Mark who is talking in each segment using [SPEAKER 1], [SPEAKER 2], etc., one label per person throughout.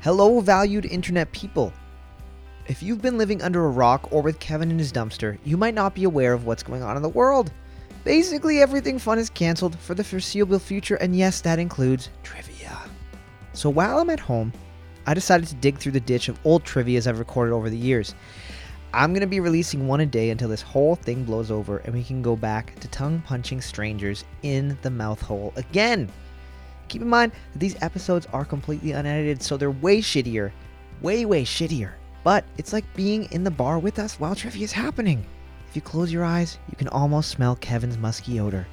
[SPEAKER 1] Hello, valued internet people. If you've been living under a rock or with Kevin in his dumpster, you might not be aware of what's going on in the world. Basically, everything fun is canceled for the foreseeable future, and yes, that includes trivia. So while I'm at home, I decided to dig through the ditch of old trivias I've recorded over the years. I'm going to be releasing one a day until this whole thing blows over and we can go back to tongue punching strangers in the mouth hole again. Keep in mind that these episodes are completely unedited, so they're way shittier. Way, way shittier. But it's like being in the bar with us while trivia is happening. If you close your eyes, you can almost smell Kevin's musky odor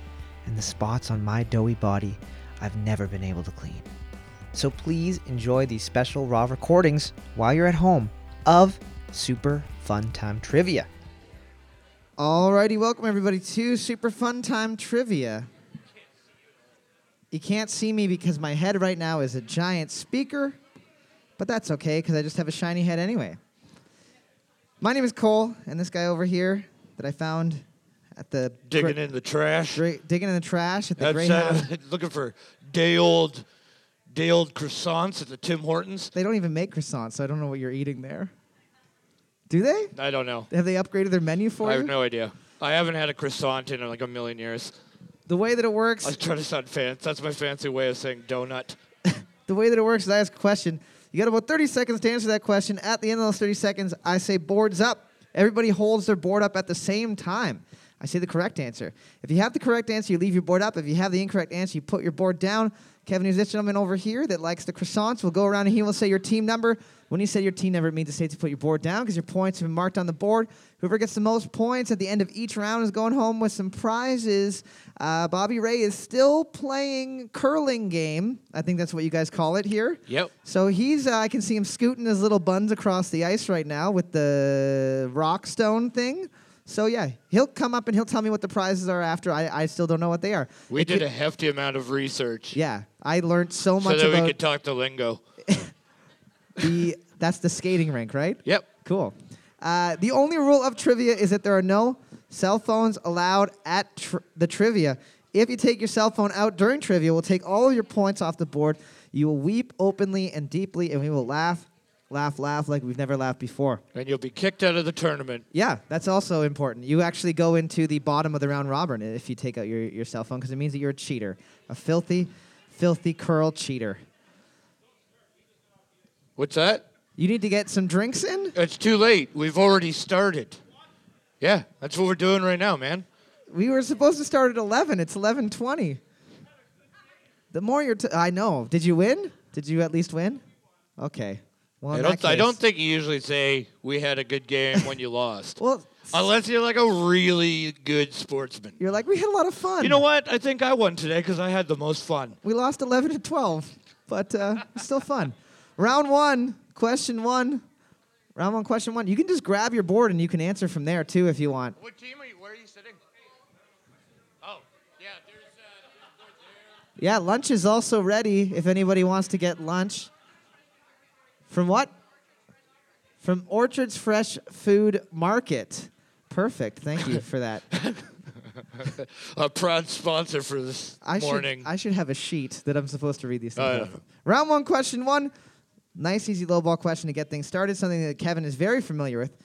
[SPEAKER 1] and the spots on my doughy body I've never been able to clean. So please enjoy these special raw recordings while you're at home of Super Fun Time Trivia. Alrighty, welcome everybody to Super Fun Time Trivia. You can't see me because my head right now is a giant speaker, but that's okay because I just have a shiny head anyway. My name is Cole, and this guy over here that I found at the
[SPEAKER 2] digging
[SPEAKER 1] gre-
[SPEAKER 2] in the trash.
[SPEAKER 1] gre- digging in the trash at the
[SPEAKER 2] That's
[SPEAKER 1] Greyhound.
[SPEAKER 2] uh, looking for day old, day old croissants at the Tim Hortons.
[SPEAKER 1] They don't even make croissants, so I don't know what you're eating there. Do they?
[SPEAKER 2] I don't know.
[SPEAKER 1] Have they upgraded their menu for
[SPEAKER 2] I
[SPEAKER 1] you?
[SPEAKER 2] have no idea. I haven't had a croissant in like a million years.
[SPEAKER 1] The way that it
[SPEAKER 2] I
[SPEAKER 1] works,
[SPEAKER 2] was trying to sound fancy. That's my fancy way of saying donut.
[SPEAKER 1] the way that it works is I ask a question. You got about 30 seconds to answer that question. At the end of those 30 seconds, I say boards up. Everybody holds their board up at the same time. I say the correct answer. If you have the correct answer, you leave your board up. If you have the incorrect answer, you put your board down. Kevin, who's this gentleman over here that likes the croissants, will go around and he will say your team number. When he said your team number, it means it's safe to put your board down because your points have been marked on the board. Whoever gets the most points at the end of each round is going home with some prizes. Uh, Bobby Ray is still playing curling game. I think that's what you guys call it here.
[SPEAKER 2] Yep.
[SPEAKER 1] So he's, uh, I can see him scooting his little buns across the ice right now with the rock stone thing. So yeah, he'll come up and he'll tell me what the prizes are after. I, I still don't know what they are.
[SPEAKER 2] We
[SPEAKER 1] It
[SPEAKER 2] did
[SPEAKER 1] could-
[SPEAKER 2] a hefty amount of research
[SPEAKER 1] Yeah, I learned so
[SPEAKER 2] so
[SPEAKER 1] much
[SPEAKER 2] that we
[SPEAKER 1] about
[SPEAKER 2] could talk the lingo.
[SPEAKER 1] the. That's the skating rink, right?
[SPEAKER 2] Yep.
[SPEAKER 1] Cool. Uh, the only rule of trivia is that there are no cell phones allowed at tr- the trivia. If you take your cell phone out during trivia, we'll take all of your points off the board. You will weep openly and deeply, and we will laugh, laugh, laugh like we've never laughed before.
[SPEAKER 2] And you'll be kicked out of the tournament.
[SPEAKER 1] Yeah, that's also important. You actually go into the bottom of the round robin if you take out your, your cell phone because it means that you're a cheater. A filthy, filthy curl cheater.
[SPEAKER 2] What's that?
[SPEAKER 1] You need to get some drinks in?
[SPEAKER 2] It's too late. We've already started. Yeah, that's what we're doing right now, man.
[SPEAKER 1] We were supposed to start at 11. It's 11:20. The more you're t- I know. Did you win? Did you at least win? Okay. Well,
[SPEAKER 2] I
[SPEAKER 1] in
[SPEAKER 2] don't,
[SPEAKER 1] that
[SPEAKER 2] I don't
[SPEAKER 1] case-
[SPEAKER 2] think you usually say we had a good game when you lost.
[SPEAKER 1] Well,
[SPEAKER 2] Unless you're like a really good sportsman.
[SPEAKER 1] you're like we had a lot of fun.
[SPEAKER 2] You know what? I think I won today because I had the most fun.
[SPEAKER 1] We lost 11 to 12, but uh, it's still fun. Round 1, question 1. Round 1, question 1. You can just grab your board and you can answer from there too if you want.
[SPEAKER 2] What team are you? Where are you sitting? Oh, yeah. There's.
[SPEAKER 1] Yeah, lunch is also ready if anybody wants to get lunch. From what? From Orchard's Fresh Food Market. Perfect. Thank you for that.
[SPEAKER 2] Uh, a proud sponsor for this
[SPEAKER 1] I
[SPEAKER 2] morning.
[SPEAKER 1] Should, I should have a sheet that I'm supposed to read these things.
[SPEAKER 2] Oh,
[SPEAKER 1] off
[SPEAKER 2] yeah.
[SPEAKER 1] of. Round one, question one. Nice, easy lowball question to get things started. Something that Kevin is very familiar with.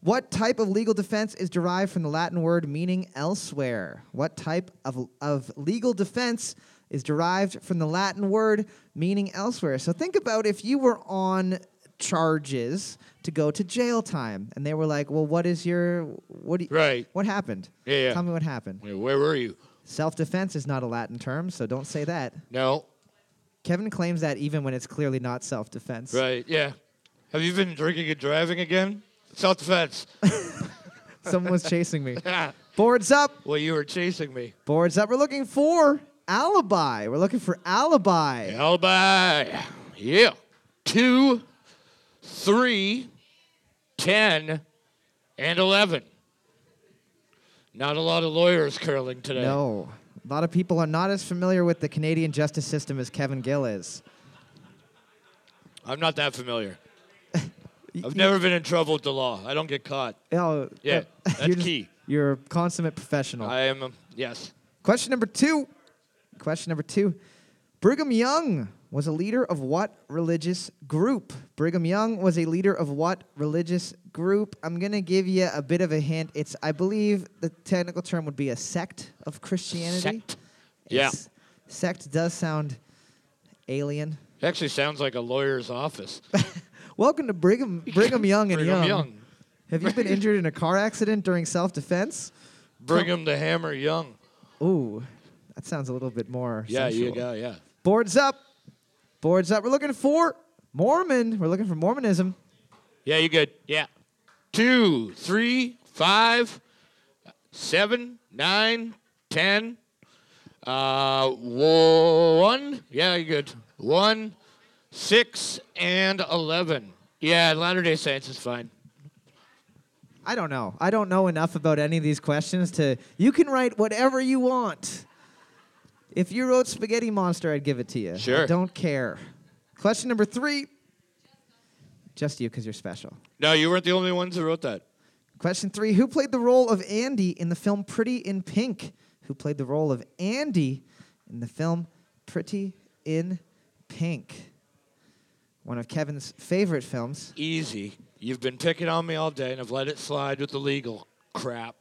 [SPEAKER 1] What type of legal defense is derived from the Latin word meaning elsewhere? What type of, of legal defense is derived from the Latin word meaning elsewhere? So think about if you were on charges to go to jail time, and they were like, "Well, what is your what? Do you,
[SPEAKER 2] Right.
[SPEAKER 1] What happened?
[SPEAKER 2] Yeah, yeah.
[SPEAKER 1] Tell me what happened."
[SPEAKER 2] Wait, Where were you?
[SPEAKER 1] Self defense is not a Latin term, so don't say that.
[SPEAKER 2] No.
[SPEAKER 1] Kevin claims that even when it's clearly not self defense.
[SPEAKER 2] Right. Yeah. Have you been drinking and driving again? Self defense.
[SPEAKER 1] Someone was chasing me.
[SPEAKER 2] well,
[SPEAKER 1] Boards up.
[SPEAKER 2] you were chasing me.
[SPEAKER 1] Boards up. We're looking for alibi. We're looking for alibi.
[SPEAKER 2] Alibi. Yeah. Two, three, ten, and eleven. Not a lot of lawyers curling today.
[SPEAKER 1] No. A lot of people are not as familiar with the Canadian justice system as Kevin Gill is.
[SPEAKER 2] I'm not that familiar.
[SPEAKER 1] Y-
[SPEAKER 2] I've
[SPEAKER 1] y-
[SPEAKER 2] never been in trouble with the law. I don't get caught.
[SPEAKER 1] Oh,
[SPEAKER 2] Yeah,
[SPEAKER 1] you're
[SPEAKER 2] that's
[SPEAKER 1] just-
[SPEAKER 2] key.
[SPEAKER 1] You're a consummate professional.
[SPEAKER 2] I am, um, yes.
[SPEAKER 1] Question number two. Question number two. Brigham Young was a leader of what religious group? Brigham Young was a leader of what religious group? I'm going to give you a bit of a hint. It's, I believe, the technical term would be a sect of Christianity.
[SPEAKER 2] Sect. Yeah.
[SPEAKER 1] It's- Sect does sound alien.
[SPEAKER 2] It actually sounds like a lawyer's office.
[SPEAKER 1] Welcome to Brigham, Brigham Young and
[SPEAKER 2] Brigham
[SPEAKER 1] Young.
[SPEAKER 2] Young.
[SPEAKER 1] Have you been injured in a car accident during self defense?
[SPEAKER 2] Brigham the Hammer Young.
[SPEAKER 1] Ooh, that sounds a little bit more.
[SPEAKER 2] Yeah, you
[SPEAKER 1] sensual.
[SPEAKER 2] go, yeah.
[SPEAKER 1] Boards up. Boards up. We're looking for Mormon. We're looking for Mormonism.
[SPEAKER 2] Yeah, you good. Yeah. Two, three, five, seven, nine, ten. Uh, one. Yeah, you good. One, six, and eleven. Yeah, Latter Day Saints is fine.
[SPEAKER 1] I don't know. I don't know enough about any of these questions to. You can write whatever you want. If you wrote Spaghetti Monster, I'd give it to you. I
[SPEAKER 2] Sure.
[SPEAKER 1] don't care. Question number three. Just you, because you're special.
[SPEAKER 2] No, you weren't the only ones who wrote that.
[SPEAKER 1] Question three Who played the role of Andy in the film Pretty in Pink? Who played the role of Andy in the film Pretty in Pink? One of Kevin's favorite films.
[SPEAKER 2] Easy. You've been picking on me all day, and I've let it slide with the legal crap.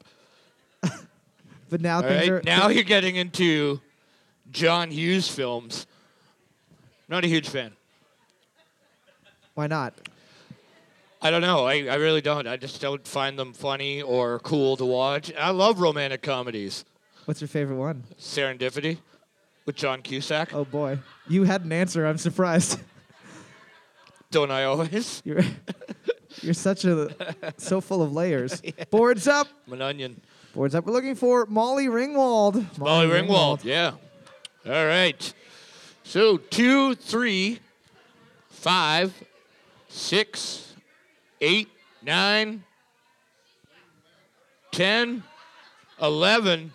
[SPEAKER 1] But now
[SPEAKER 2] All
[SPEAKER 1] things are.
[SPEAKER 2] right, now you're getting into John Hughes films. Not a huge fan.
[SPEAKER 1] why not?
[SPEAKER 2] I don't know. I, I really don't. I just don't find them funny or cool to watch. I love romantic comedies.
[SPEAKER 1] What's your favorite one?
[SPEAKER 2] Serendipity with John Cusack.
[SPEAKER 1] Oh boy. You had an answer. I'm surprised.
[SPEAKER 2] Don't I always?
[SPEAKER 1] You're, you're such a. so full of layers. Boards up.
[SPEAKER 2] I'm an onion.
[SPEAKER 1] Boards up. We're looking for Molly Ringwald.
[SPEAKER 2] Molly Ringwald. Yeah. All right. So two, three, five, six, eight, nine, ten, eleven.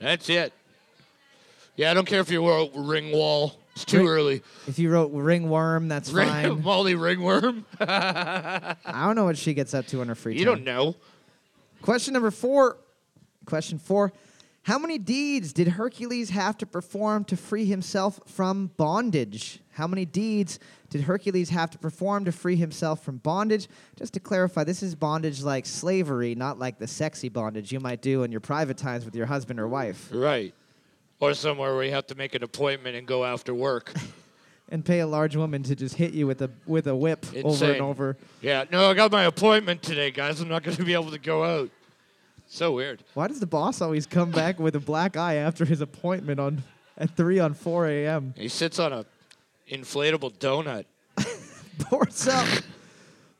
[SPEAKER 2] That's it. Yeah, I don't care if you were Ringwall. It's too
[SPEAKER 1] Ring-
[SPEAKER 2] early.
[SPEAKER 1] If you wrote Ringworm, that's
[SPEAKER 2] Ring-
[SPEAKER 1] fine.
[SPEAKER 2] Molly Ringworm.
[SPEAKER 1] I don't know what she gets up to in her free
[SPEAKER 2] You
[SPEAKER 1] time.
[SPEAKER 2] don't know.
[SPEAKER 1] Question number four. Question four. How many deeds did Hercules have to perform to free himself from bondage? How many deeds did Hercules have to perform to free himself from bondage? Just to clarify, this is bondage like slavery, not like the sexy bondage you might do in your private times with your husband or wife
[SPEAKER 2] Right. Or somewhere where you have to make an appointment and go after work.
[SPEAKER 1] and pay a large woman to just hit you with a with a whip over
[SPEAKER 2] Insane.
[SPEAKER 1] and over.
[SPEAKER 2] yeah, no, I got my appointment today, guys. I'm not going to be able to go out. So weird.
[SPEAKER 1] Why does the boss always come back with a black eye after his appointment on at 3 on 4 a.m.?
[SPEAKER 2] He sits on a inflatable donut.
[SPEAKER 1] Boards up.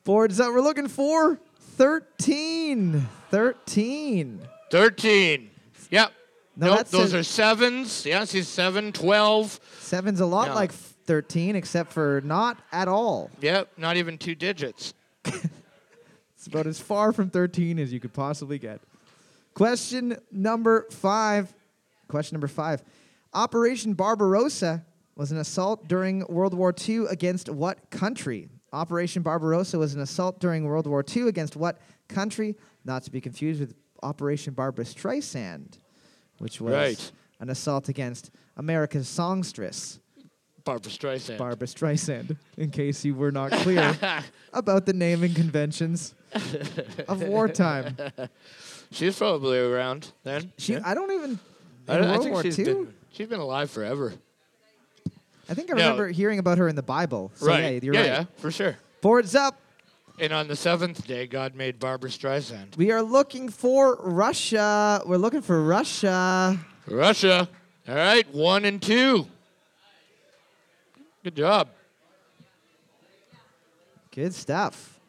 [SPEAKER 1] Boards up. We're looking for 13. 13.
[SPEAKER 2] 13. Yep.
[SPEAKER 1] No,
[SPEAKER 2] nope,
[SPEAKER 1] that's
[SPEAKER 2] those
[SPEAKER 1] a-
[SPEAKER 2] are sevens. Yeah, I see seven, 12.
[SPEAKER 1] Seven's a lot
[SPEAKER 2] No.
[SPEAKER 1] like 13, except for not at all.
[SPEAKER 2] Yep, not even two digits.
[SPEAKER 1] It's about as far from 13 as you could possibly get. Question number five. Question number five. Operation Barbarossa was an assault during World War II against what country? Operation Barbarossa was an assault during World War II against what country? Not to be confused with Operation Barbara Streisand, which was
[SPEAKER 2] Right.
[SPEAKER 1] an assault against America's songstress,
[SPEAKER 2] Barbara Streisand.
[SPEAKER 1] Barbara Streisand, in case you were not clear about the naming conventions of wartime.
[SPEAKER 2] she's probably around then.
[SPEAKER 1] She,
[SPEAKER 2] yeah?
[SPEAKER 1] I don't even.
[SPEAKER 2] I,
[SPEAKER 1] in
[SPEAKER 2] don't- I
[SPEAKER 1] World
[SPEAKER 2] think
[SPEAKER 1] War
[SPEAKER 2] she's
[SPEAKER 1] II?
[SPEAKER 2] been, she's been alive forever.
[SPEAKER 1] I think I
[SPEAKER 2] No.
[SPEAKER 1] remember hearing about her in the Bible. So
[SPEAKER 2] right.
[SPEAKER 1] Yeah, you're
[SPEAKER 2] yeah,
[SPEAKER 1] right.
[SPEAKER 2] yeah, for sure.
[SPEAKER 1] Boards up.
[SPEAKER 2] And on the seventh day, God made Barbara Streisand.
[SPEAKER 1] We are looking for Russia. We're looking for Russia.
[SPEAKER 2] Russia. All right, one and two. Good job.
[SPEAKER 1] Good stuff.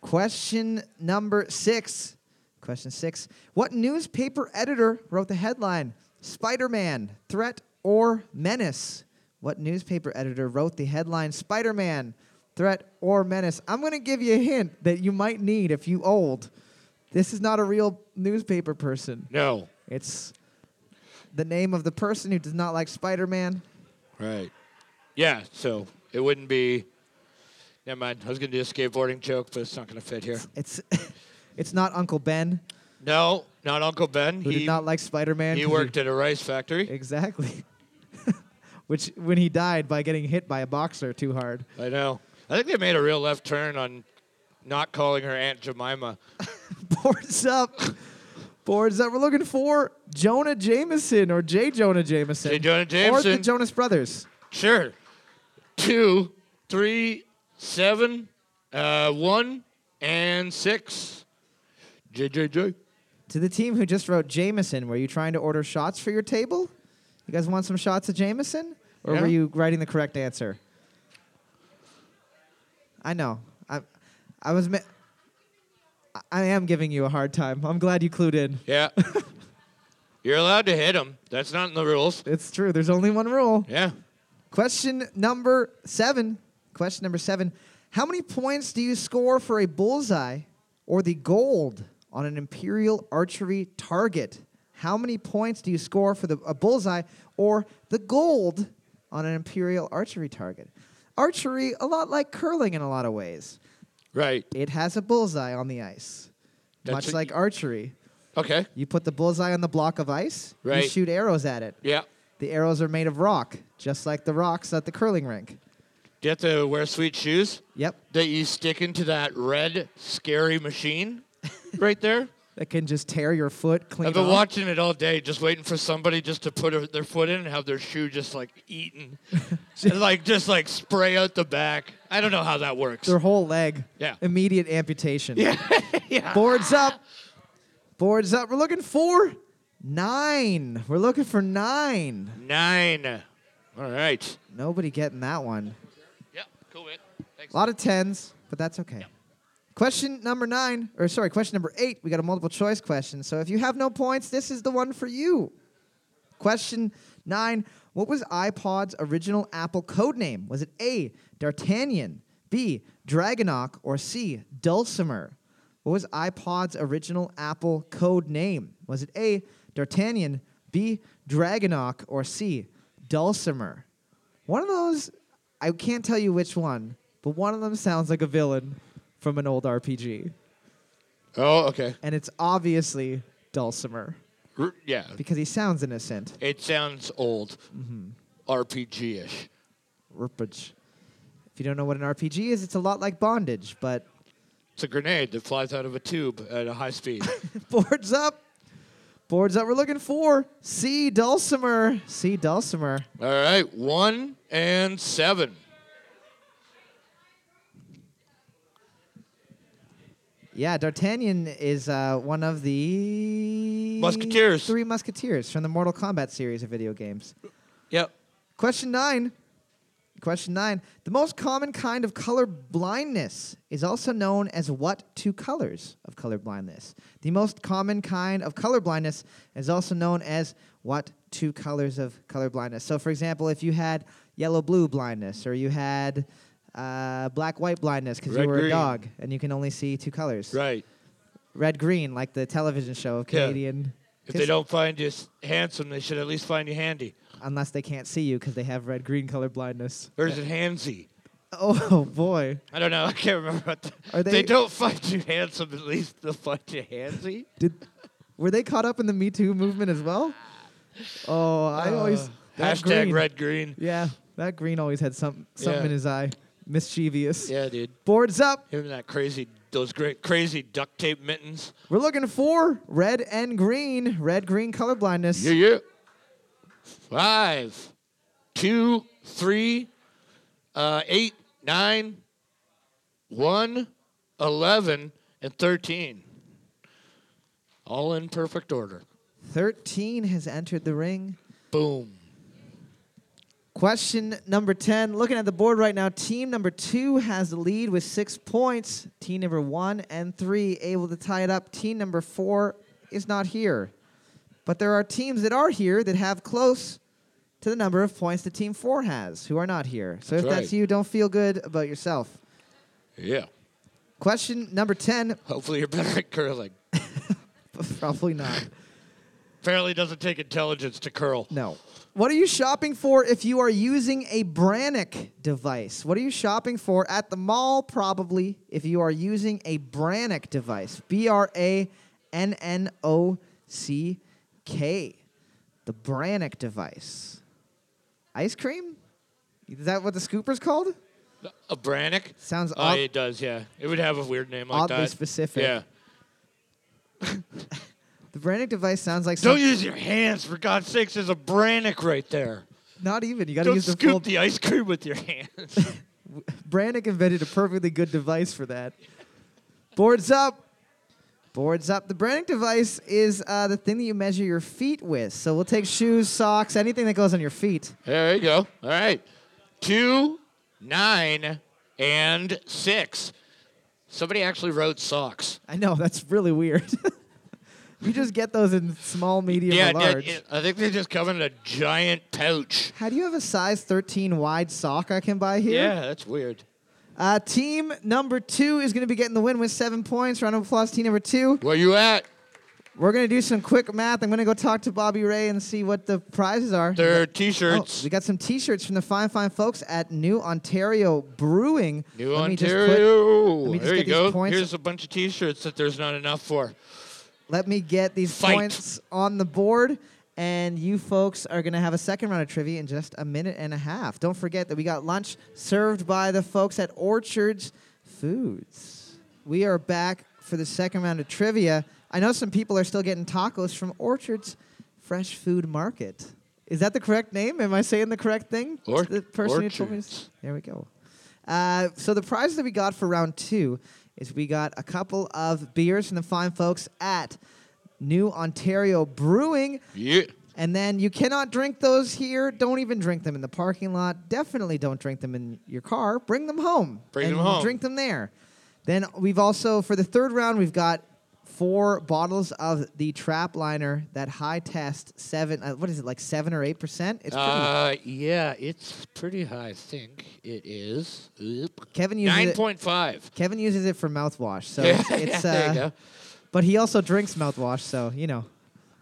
[SPEAKER 1] Question number six. Question six. What newspaper editor wrote the headline Spider Man, Threat or Menace? What newspaper editor wrote the headline Spider Man, Threat or Menace? I'm going to give you a hint that you might need if you old. This is not a real newspaper person.
[SPEAKER 2] No.
[SPEAKER 1] It's the name of the person who does not like Spider Man.
[SPEAKER 2] Right. Yeah, so it wouldn't be. Never mind. I was going to do a skateboarding joke, but it's not going to fit here.
[SPEAKER 1] It's, it's not Uncle Ben
[SPEAKER 2] No, not Uncle Ben.
[SPEAKER 1] who
[SPEAKER 2] he
[SPEAKER 1] did not like Spider Man.
[SPEAKER 2] he worked at a rice factory.
[SPEAKER 1] Exactly. which when he died by getting hit by a boxer too hard.
[SPEAKER 2] I know. I think they made a real left turn on not calling her Aunt Jemima.
[SPEAKER 1] Boards up. Boards up. We're looking for Jonah Jameson or J. Jonah Jameson.
[SPEAKER 2] J. Jonah
[SPEAKER 1] Or the
[SPEAKER 2] Jameson.
[SPEAKER 1] Jonas Brothers.
[SPEAKER 2] Sure. Two, three, seven, uh, one, and six. JJJ.
[SPEAKER 1] To the team who just wrote Jameson, were you trying to order shots for your table? You guys want some shots of Jameson? Or
[SPEAKER 2] Yeah.
[SPEAKER 1] were you writing the correct answer? I know. I, I was. Ma- I- I am giving you a hard time. I'm glad you clued in.
[SPEAKER 2] Yeah. You're allowed to hit him. That's not in the rules.
[SPEAKER 1] It's true. There's only one rule.
[SPEAKER 2] Yeah.
[SPEAKER 1] Question number seven. Question number seven. How many points do you score for a bullseye or the gold on an imperial archery target? How many points do you score for the, a bullseye or the gold on an imperial archery target? Archery, a lot like curling in a lot of ways.
[SPEAKER 2] Right.
[SPEAKER 1] It has a bullseye on the ice,
[SPEAKER 2] That's
[SPEAKER 1] much
[SPEAKER 2] what
[SPEAKER 1] like
[SPEAKER 2] you-
[SPEAKER 1] archery.
[SPEAKER 2] Okay.
[SPEAKER 1] You put the bullseye on the block of ice, you
[SPEAKER 2] Right.
[SPEAKER 1] shoot arrows at it.
[SPEAKER 2] Yeah.
[SPEAKER 1] The arrows are made of rock, just like the rocks at the curling rink.
[SPEAKER 2] Do you have to wear sweet shoes
[SPEAKER 1] Yep.
[SPEAKER 2] that you stick into that red scary machine right there?
[SPEAKER 1] That can just tear your foot clean
[SPEAKER 2] I've been
[SPEAKER 1] off.
[SPEAKER 2] watching it all day, just waiting for somebody just to put her- their foot in and have their shoe just like eaten, and, like just like spray out the back. I don't know how that works.
[SPEAKER 1] Their whole leg.
[SPEAKER 2] Yeah.
[SPEAKER 1] Immediate amputation. Boards up. Boards up. We're looking for nine. We're looking for nine.
[SPEAKER 2] Nine. All right.
[SPEAKER 1] Nobody getting that one.
[SPEAKER 2] Yeah. Cool man. Thanks.
[SPEAKER 1] A lot of tens, but that's okay. Question number nine, or sorry, question number eight. We got a multiple choice question. So if you have no points, this is the one for you. Question nine What was iPod's original Apple code name? Was it A, D'Artagnan, B, Dragonock, or C, Dulcimer? What was iPod's original Apple code name? Was it A, D'Artagnan, B, Dragonock, or C, Dulcimer? One of those, I can't tell you which one, but one of them sounds like a villain from an old RPG.
[SPEAKER 2] Oh, okay.
[SPEAKER 1] And it's obviously Dulcimer
[SPEAKER 2] R- yeah.
[SPEAKER 1] because he sounds innocent.
[SPEAKER 2] It sounds old. RPG ish.
[SPEAKER 1] Rupage. If you don't know what an RPG is, it's a lot like bondage, but
[SPEAKER 2] It's a grenade that flies out of a tube at a high speed.
[SPEAKER 1] boards up. Boards up. We're looking for C. Dulcimer. C. Dulcimer.
[SPEAKER 2] all right. One and seven.
[SPEAKER 1] Yeah, D'Artagnan is uh, one of the
[SPEAKER 2] Musketeers.
[SPEAKER 1] Three Musketeers from the Mortal Kombat series of video games.
[SPEAKER 2] Yep.
[SPEAKER 1] Question nine. Question nine. The most common kind of color blindness is also known as what two colors of color blindness? The most common kind of color blindness is also known as what two colors of color blindness? So, for example, if you had yellow blue blindness or you had uh, black white blindness because you
[SPEAKER 2] Red,
[SPEAKER 1] were a
[SPEAKER 2] green.
[SPEAKER 1] dog and you can only see two colors
[SPEAKER 2] Right.
[SPEAKER 1] red green, like the television show of
[SPEAKER 2] Yeah.
[SPEAKER 1] Canadian.
[SPEAKER 2] If they don't find you s- handsome, they should at least find you handy.
[SPEAKER 1] Unless they can't see you because they have red green color blindness.
[SPEAKER 2] Or is it handsy?
[SPEAKER 1] Oh boy.
[SPEAKER 2] I don't know. I can't remember. What the,
[SPEAKER 1] Are
[SPEAKER 2] they,
[SPEAKER 1] they-
[SPEAKER 2] don't find you handsome. At least they'll find you handsy.
[SPEAKER 1] Did were they caught up in the Me Too movement as well? Oh, I always
[SPEAKER 2] Uh,
[SPEAKER 1] that
[SPEAKER 2] hashtag
[SPEAKER 1] green-
[SPEAKER 2] red green.
[SPEAKER 1] Yeah, that green always had something something
[SPEAKER 2] Yeah.
[SPEAKER 1] in his eye, mischievous.
[SPEAKER 2] Yeah, dude.
[SPEAKER 1] Boards up.
[SPEAKER 2] Him and that crazy, those great crazy duct tape mittens.
[SPEAKER 1] We're looking for red and green, red green color blindness.
[SPEAKER 2] Yeah, yeah. Five, two, three, uh, eight, nine, one, eleven, and thirteen. All in perfect order.
[SPEAKER 1] Thirteen has entered the ring.
[SPEAKER 2] Boom.
[SPEAKER 1] Question number 10. Looking at the board right now, team number two has the lead with six points. Team number one and three able to tie it up. Team number four is not here. But there are teams that are here that have close to the number of points that team four has who are not here. So
[SPEAKER 2] That's
[SPEAKER 1] if that's
[SPEAKER 2] right.
[SPEAKER 1] you, don't feel good about yourself.
[SPEAKER 2] Yeah.
[SPEAKER 1] Question number 10.
[SPEAKER 2] Hopefully you're better at curling.
[SPEAKER 1] Probably not.
[SPEAKER 2] Apparently, it doesn't take intelligence to curl.
[SPEAKER 1] No. What are you shopping for if you are using a Brannick device? What are you shopping for at the mall, probably, if you are using a Brannick device? B R A N N O C K. The Brannick device. Ice cream? Is that what the scooper's called?
[SPEAKER 2] A Brannick?
[SPEAKER 1] Sounds
[SPEAKER 2] Oh,
[SPEAKER 1] odd.
[SPEAKER 2] it does, yeah. It would have a weird name like
[SPEAKER 1] Oddly
[SPEAKER 2] that.
[SPEAKER 1] specific.
[SPEAKER 2] Yeah.
[SPEAKER 1] The Brannick device sounds like
[SPEAKER 2] Don't
[SPEAKER 1] something.
[SPEAKER 2] use your hands, for God's sakes. There's a Brannick right there.
[SPEAKER 1] Not even. You got to
[SPEAKER 2] Don't
[SPEAKER 1] use the
[SPEAKER 2] scoop
[SPEAKER 1] full.
[SPEAKER 2] the ice cream with your hands.
[SPEAKER 1] Brannick invented a perfectly good device for that. Boards up. Boards up. The Brannick device is uh, the thing that you measure your feet with. So we'll take shoes, socks, anything that goes on your feet.
[SPEAKER 2] there you go. All right. Two, nine, and six. Somebody actually wrote socks.
[SPEAKER 1] I know that's really weird. you just get those in small, medium,
[SPEAKER 2] yeah,
[SPEAKER 1] or large.
[SPEAKER 2] yeah, I think they just come in a giant pouch.
[SPEAKER 1] How do you have a size 13 wide sock I can buy here?
[SPEAKER 2] Yeah, that's weird.
[SPEAKER 1] Uh, team number two is going to be getting the win with seven points. Round of applause, team number two.
[SPEAKER 2] Where you at?
[SPEAKER 1] We're going to do some quick math. I'm going to go talk to Bobby Ray and see what the prizes are.
[SPEAKER 2] Their
[SPEAKER 1] Oh,
[SPEAKER 2] t-shirts.
[SPEAKER 1] we got some T-shirts from the fine, fine folks at New Ontario Brewing.
[SPEAKER 2] New
[SPEAKER 1] Let me just put-
[SPEAKER 2] Ontario.
[SPEAKER 1] let me just
[SPEAKER 2] there
[SPEAKER 1] get
[SPEAKER 2] you
[SPEAKER 1] these
[SPEAKER 2] go.
[SPEAKER 1] points.
[SPEAKER 2] Here's a bunch of t-shirts that there's not enough for.
[SPEAKER 1] let me get these
[SPEAKER 2] Fight.
[SPEAKER 1] points on the board. And you folks are going to have a second round of trivia in just a minute and a half. Don't forget that we got lunch served by the folks at Orchards Foods. We are back for the second round of trivia. I know some people are still getting tacos from Orchards Fresh Food Market. Is that the correct name? Am I saying the correct thing?
[SPEAKER 2] Or-
[SPEAKER 1] the person who told me.
[SPEAKER 2] Orchards.
[SPEAKER 1] There we go. Uh, so the prize that we got for round two is we got a couple of beers from the fine folks at New Ontario Brewing.
[SPEAKER 2] Yeah.
[SPEAKER 1] And then you cannot drink those here. Don't even drink them in the parking lot. Definitely don't drink them in your car. Bring them home.
[SPEAKER 2] Bring
[SPEAKER 1] and
[SPEAKER 2] them home.
[SPEAKER 1] Drink them there. Then we've also for the third round we've got four bottles of the trap liner that high test seven. Uh, what is it like seven or eight percent? It's pretty.
[SPEAKER 2] Uh, yeah, it's pretty high. I think it is. Oop.
[SPEAKER 1] Kevin uses
[SPEAKER 2] Nine
[SPEAKER 1] it.
[SPEAKER 2] point five.
[SPEAKER 1] Kevin uses it for mouthwash, so
[SPEAKER 2] Yeah,
[SPEAKER 1] it's, it's
[SPEAKER 2] yeah, there you
[SPEAKER 1] uh,
[SPEAKER 2] go.
[SPEAKER 1] but he also drinks mouthwash, so you know,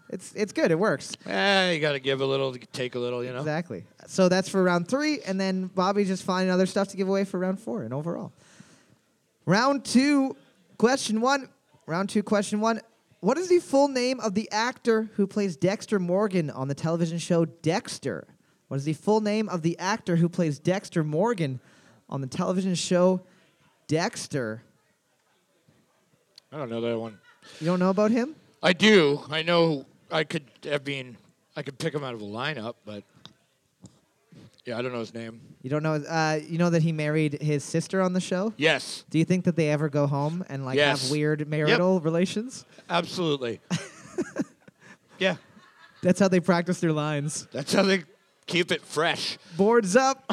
[SPEAKER 1] it's it's good. It works
[SPEAKER 2] Eh, you gotta give a little, to take a little, you know.
[SPEAKER 1] exactly. So that's for round three, and then Bobby's just finding other stuff to give away for round four and overall. Round two, question one. Round two, question one. What is the full name of the actor who plays Dexter Morgan on the television show Dexter? What is the full name of the actor who plays Dexter Morgan on the television show Dexter?
[SPEAKER 2] I don't know that one.
[SPEAKER 1] You don't know about him?
[SPEAKER 2] I do. I know. I could. I mean, I could pick him out of a lineup, but yeah, I don't know his name.
[SPEAKER 1] You don't know. Uh, you know that he married his sister on the show.
[SPEAKER 2] Yes,
[SPEAKER 1] Do you think that they ever go home and like
[SPEAKER 2] Yes.
[SPEAKER 1] have weird marital relations?
[SPEAKER 2] absolutely. yeah,
[SPEAKER 1] That's how they practice their lines.
[SPEAKER 2] that's how they keep it fresh.
[SPEAKER 1] Boards up.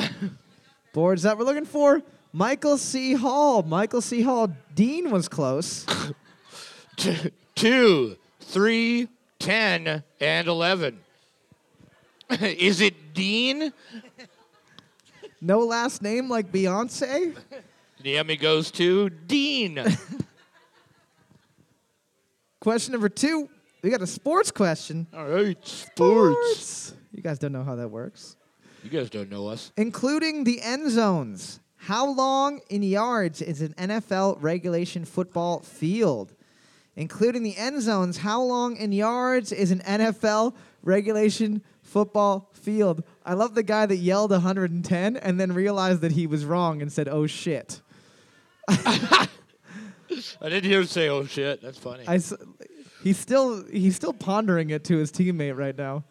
[SPEAKER 1] Boards up. We're looking for Michael C. Hall. Michael C. Hall. Dean was close.
[SPEAKER 2] T- two, three, ten, and eleven. Is it Dean?
[SPEAKER 1] No last name like Beyonce.
[SPEAKER 2] The Emmy goes to Dean.
[SPEAKER 1] Question number two. We got a sports question.
[SPEAKER 2] All right, sports.
[SPEAKER 1] You guys don't know how that works.
[SPEAKER 2] You guys don't know us.
[SPEAKER 1] including the end zones. How long in yards is an NFL regulation football field? Including the end zones, how long in yards is an NFL regulation football field? I love the guy that yelled 110 and then realized that he was wrong and said, oh shit.
[SPEAKER 2] I didn't hear him say, "Oh shit." That's funny.
[SPEAKER 1] I s- he's, still, he's still pondering it to his teammate right now.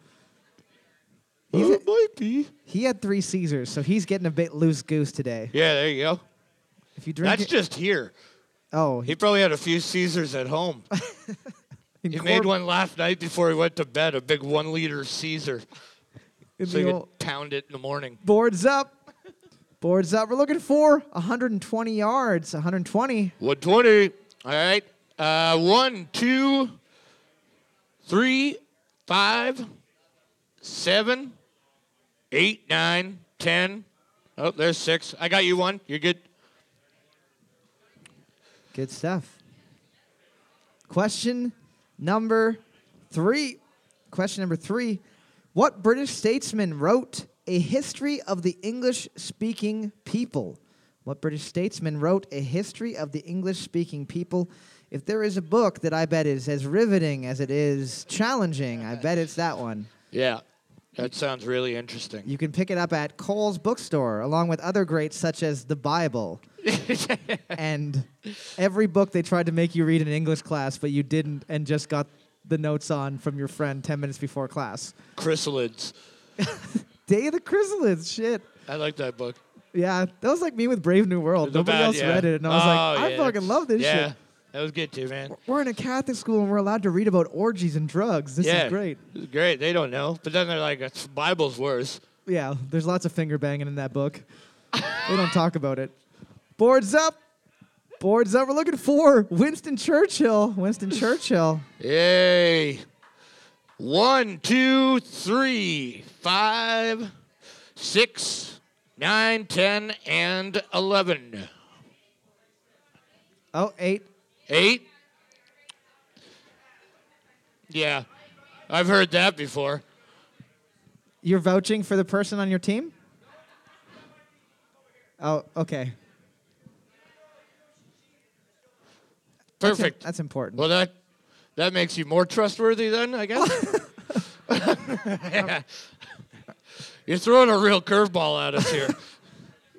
[SPEAKER 2] Oh, it might be.
[SPEAKER 1] He had three Caesars, so he's getting a bit loose goose today.
[SPEAKER 2] Yeah, there you go.
[SPEAKER 1] If you drink
[SPEAKER 2] That's
[SPEAKER 1] it,
[SPEAKER 2] just here.
[SPEAKER 1] oh,
[SPEAKER 2] He probably had a few Caesars at home.
[SPEAKER 1] in
[SPEAKER 2] He made
[SPEAKER 1] Corb-
[SPEAKER 2] one last night before he went to bed, a big one liter Caesar.
[SPEAKER 1] in
[SPEAKER 2] So
[SPEAKER 1] the
[SPEAKER 2] he
[SPEAKER 1] old-
[SPEAKER 2] could pound it in the morning.
[SPEAKER 1] Boards up. Boards up. We're looking for 120 yards. 120.
[SPEAKER 2] 120. All right. Uh, one, two, three, five, seven, eight, nine, ten. Oh, there's six. I got you one. You're good.
[SPEAKER 1] Good stuff. Question number three. Question number three. What British statesman wrote A History of the English Speaking People? What British statesman wrote A History of the English Speaking People? If there is a book that I bet is as riveting as it is challenging, I bet it's that one.
[SPEAKER 2] Yeah. That sounds really interesting.
[SPEAKER 1] You can pick it up at Cole's bookstore, along with other greats such as the Bible and every book they tried to make you read in English class, but you didn't, and just got the notes on from your friend 10 minutes before class.
[SPEAKER 2] Chrysalids.
[SPEAKER 1] Day of the Chrysalids, shit.
[SPEAKER 2] I like that book.
[SPEAKER 1] Yeah, that was like me with Brave New World.
[SPEAKER 2] The
[SPEAKER 1] Oh, Nobody
[SPEAKER 2] bad-
[SPEAKER 1] else
[SPEAKER 2] yeah.
[SPEAKER 1] read it, and I was like,
[SPEAKER 2] Oh,
[SPEAKER 1] I
[SPEAKER 2] yeah.
[SPEAKER 1] fucking love this
[SPEAKER 2] yeah.
[SPEAKER 1] shit.
[SPEAKER 2] That was good too, man.
[SPEAKER 1] We're in a Catholic school and we're allowed to read about orgies and drugs. This
[SPEAKER 2] yeah.
[SPEAKER 1] is great.
[SPEAKER 2] It's great. They don't know. But then they're like, "It's- Bible's worse.
[SPEAKER 1] Yeah, there's lots of finger banging in that book. they don't talk about it. Boards up. Boards up. We're looking for Winston Churchill. Winston Churchill.
[SPEAKER 2] Yay. One, two, three, five, six, nine, ten, and eleven.
[SPEAKER 1] Oh, eight.
[SPEAKER 2] Eight? Yeah. I've heard that before.
[SPEAKER 1] You're vouching for the person on your team? Oh, okay. That's im-
[SPEAKER 2] Perfect.
[SPEAKER 1] That's important.
[SPEAKER 2] Well, that that makes you more trustworthy, then I guess. You're throwing a real curveball at us here.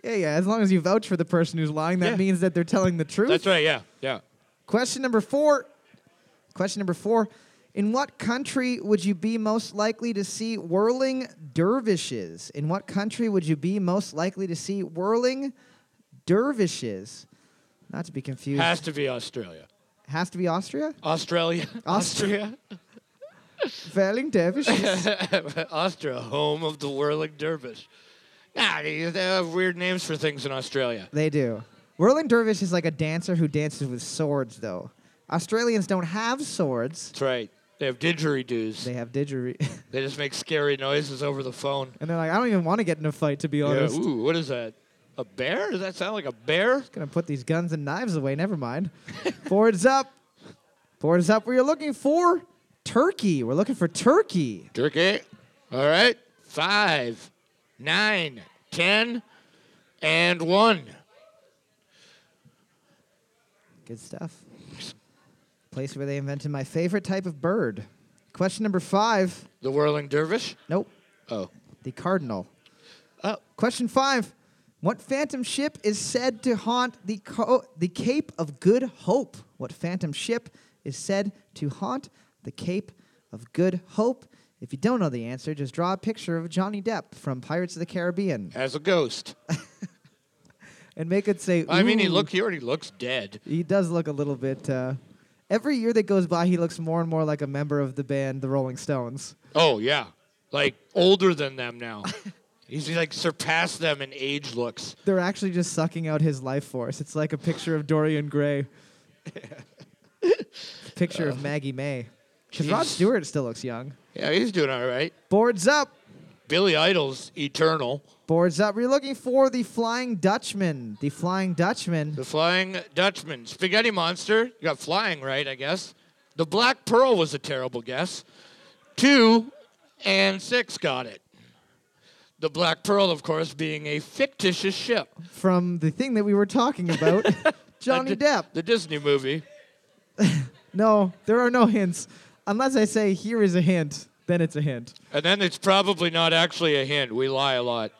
[SPEAKER 1] Yeah, yeah. As long as you vouch for the person who's lying, that
[SPEAKER 2] Yeah.
[SPEAKER 1] means that they're telling the truth.
[SPEAKER 2] That's right. Yeah. Yeah.
[SPEAKER 1] Question number four. Question number four. In what country would you be most likely to see whirling dervishes? In what country would you be most likely to see whirling dervishes? Not to be confused.
[SPEAKER 2] Has to be Australia.
[SPEAKER 1] Has to be Austria?
[SPEAKER 2] Australia.
[SPEAKER 1] Austria.
[SPEAKER 2] Austria.
[SPEAKER 1] Whirling dervishes.
[SPEAKER 2] Austria, home of the whirling dervish. Ah, they they have weird names for things in Australia.
[SPEAKER 1] they do. Whirling dervish is like a dancer who dances with swords, though. Australians don't have swords.
[SPEAKER 2] That's right. They have didgeridoos.
[SPEAKER 1] They have didgeridoo.
[SPEAKER 2] They just make scary noises over the phone.
[SPEAKER 1] and they're like, I don't even want to get in a fight, to be
[SPEAKER 2] Yeah,
[SPEAKER 1] honest.
[SPEAKER 2] ooh, what is that? A bear? Does that sound like a bear?
[SPEAKER 1] Gonna put these guns and knives away. Never mind. Boards up. Boards up. We are looking for turkey. We're looking for turkey.
[SPEAKER 2] Turkey. All right. Five, nine, ten, and one.
[SPEAKER 1] Good stuff. Place where they invented my favorite type of bird. Question number five.
[SPEAKER 2] The whirling dervish.
[SPEAKER 1] Nope.
[SPEAKER 2] Oh.
[SPEAKER 1] The cardinal.
[SPEAKER 2] Oh.
[SPEAKER 1] Question five. What phantom ship is said to haunt the co- the Cape of Good Hope? What phantom ship is said to haunt the Cape of Good Hope? If you don't know the answer, just draw a picture of Johnny Depp from Pirates of the Caribbean
[SPEAKER 2] As a ghost.
[SPEAKER 1] and make it say.
[SPEAKER 2] I mean, he
[SPEAKER 1] "Ooh."
[SPEAKER 2] look. He already looks dead.
[SPEAKER 1] He does look a little bit. Uh, every year that goes by, he looks more and more like a member of the band The Rolling Stones.
[SPEAKER 2] Oh yeah. Like older than them now. He's like surpassed them in age looks.
[SPEAKER 1] They're actually just sucking out his life force. It's like a picture of Dorian Gray. picture of Maggie May. Because Rod
[SPEAKER 2] Jeez.
[SPEAKER 1] Stewart still looks young.
[SPEAKER 2] Yeah, he's doing all right.
[SPEAKER 1] Boards up.
[SPEAKER 2] Billy Idol's eternal.
[SPEAKER 1] Boards up. We're looking for the Flying Dutchman. The Flying Dutchman.
[SPEAKER 2] The Flying Dutchman. Spaghetti Monster. You got flying right, I guess. The Black Pearl was a terrible guess. Two and six got it. The Black Pearl, of course, being a fictitious ship.
[SPEAKER 1] From the thing that we were talking about, Johnny
[SPEAKER 2] The-
[SPEAKER 1] Depp.
[SPEAKER 2] The Disney movie.
[SPEAKER 1] No, there are no hints. Unless I say, here is a hint, then it's a hint.
[SPEAKER 2] And then it's probably not actually a hint. We lie a lot.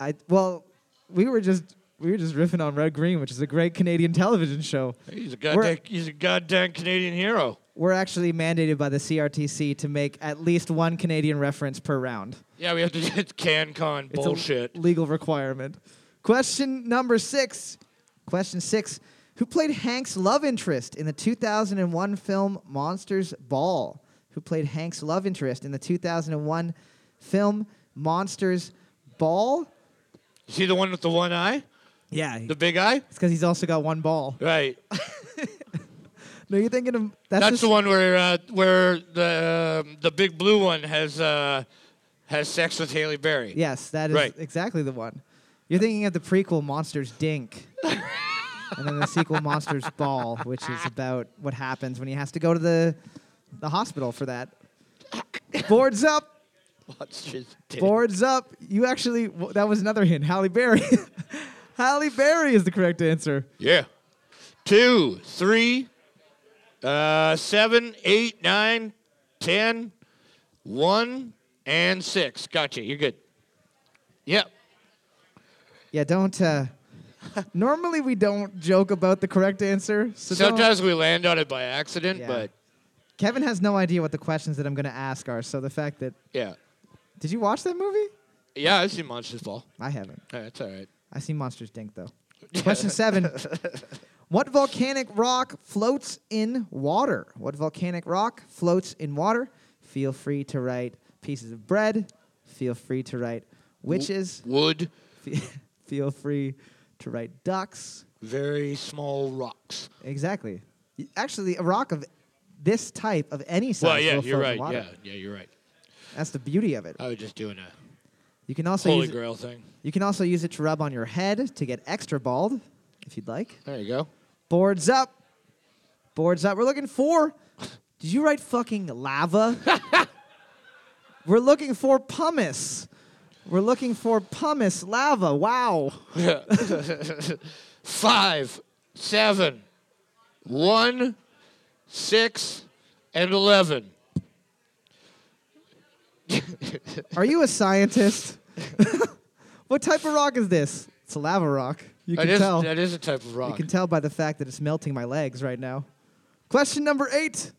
[SPEAKER 1] I well, we were just we were just riffing on Red Green, which is a great Canadian television show.
[SPEAKER 2] He's a
[SPEAKER 1] We're-
[SPEAKER 2] goddamn, he's a goddamn Canadian hero.
[SPEAKER 1] We're actually mandated by the CRTC to make at least one Canadian reference per round.
[SPEAKER 2] Yeah, we have to get CanCon
[SPEAKER 1] It's a
[SPEAKER 2] bullshit.
[SPEAKER 1] legal requirement. Question number six. Question six. Who played Hank's love interest in the 2001 film Monsters Ball? Who played Hank's love interest in the 2001 film Monsters Ball?
[SPEAKER 2] Is he the one with the one eye?
[SPEAKER 1] Yeah.
[SPEAKER 2] The big eye?
[SPEAKER 1] It's because he's also got one ball.
[SPEAKER 2] Right.
[SPEAKER 1] No, you're thinking of that's,
[SPEAKER 2] That's,
[SPEAKER 1] just-
[SPEAKER 2] the one where uh, where the um, the big blue one has uh, has sex with Haley Berry.
[SPEAKER 1] Yes, that is
[SPEAKER 2] Right.
[SPEAKER 1] exactly the one. You're thinking of the prequel Monsters Dink. and then the sequel Monsters Ball, which is about what happens when he has to go to the the hospital for that. Boards up.
[SPEAKER 2] Monsters did.
[SPEAKER 1] Boards up. You actually w- that was another hint. Halle Berry. Halle Berry is the correct answer.
[SPEAKER 2] Yeah. Two, three, uh, seven, eight, nine, ten, one, and six. Gotcha. You're good. Yep.
[SPEAKER 1] Yeah, don't. Uh, normally, we don't joke about the correct answer. So don't-
[SPEAKER 2] Sometimes we land on it by accident,
[SPEAKER 1] Yeah.
[SPEAKER 2] but
[SPEAKER 1] Kevin has no idea what the questions that I'm going to ask are. So the fact that.
[SPEAKER 2] yeah.
[SPEAKER 1] Did you watch that movie?
[SPEAKER 2] Yeah, I see Monsters Ball.
[SPEAKER 1] I haven't.
[SPEAKER 2] That's all right.
[SPEAKER 1] I see monsters dink, though. Question seven. What volcanic rock floats in water? What volcanic rock floats in water? Feel free to write pieces of bread. Feel free to write witches.
[SPEAKER 2] Wood,
[SPEAKER 1] Fe- Feel free to write ducks.
[SPEAKER 2] very small rocks.
[SPEAKER 1] Exactly. Y- Actually, a rock of this type of any size.
[SPEAKER 2] well, yeah,
[SPEAKER 1] will
[SPEAKER 2] you're
[SPEAKER 1] float in
[SPEAKER 2] right.
[SPEAKER 1] water.
[SPEAKER 2] Yeah, yeah, you're right.
[SPEAKER 1] That's the beauty of it.
[SPEAKER 2] I was just doing a
[SPEAKER 1] You can also
[SPEAKER 2] holy
[SPEAKER 1] use it,
[SPEAKER 2] grail thing.
[SPEAKER 1] you can also use it to rub on your head to get extra bald, if you'd like.
[SPEAKER 2] There you go.
[SPEAKER 1] Boards up. Boards up. We're looking for. Did you write fucking lava? We're looking for pumice. We're looking for pumice lava. Wow.
[SPEAKER 2] Five, seven, one, six, and eleven.
[SPEAKER 1] Are you a scientist? what type of rock is this? It's a lava rock. You
[SPEAKER 2] That
[SPEAKER 1] can
[SPEAKER 2] is,
[SPEAKER 1] tell.
[SPEAKER 2] that is a type of
[SPEAKER 1] You
[SPEAKER 2] rock.
[SPEAKER 1] can tell by the fact that it's melting my legs right now. Question number eight.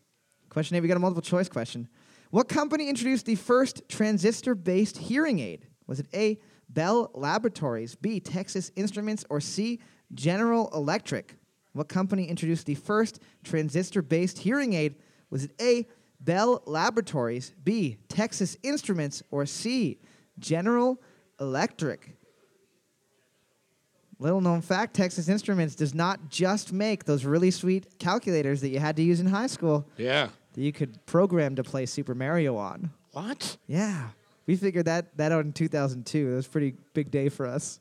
[SPEAKER 1] Question eight. We got a multiple choice question. What company introduced the first transistor based hearing aid? Was it A, Bell Laboratories, B, Texas Instruments, or C, General Electric? What company introduced the first transistor based hearing aid? Was it A, Bell Laboratories, B, Texas Instruments, or C, General Electric? Little known fact Texas Instruments does not just make those really sweet calculators that you had to use in high school
[SPEAKER 2] yeah.
[SPEAKER 1] that you could program to play Super Mario on.
[SPEAKER 2] What?
[SPEAKER 1] Yeah. We figured that, that out in 2002. That was a pretty big day for us.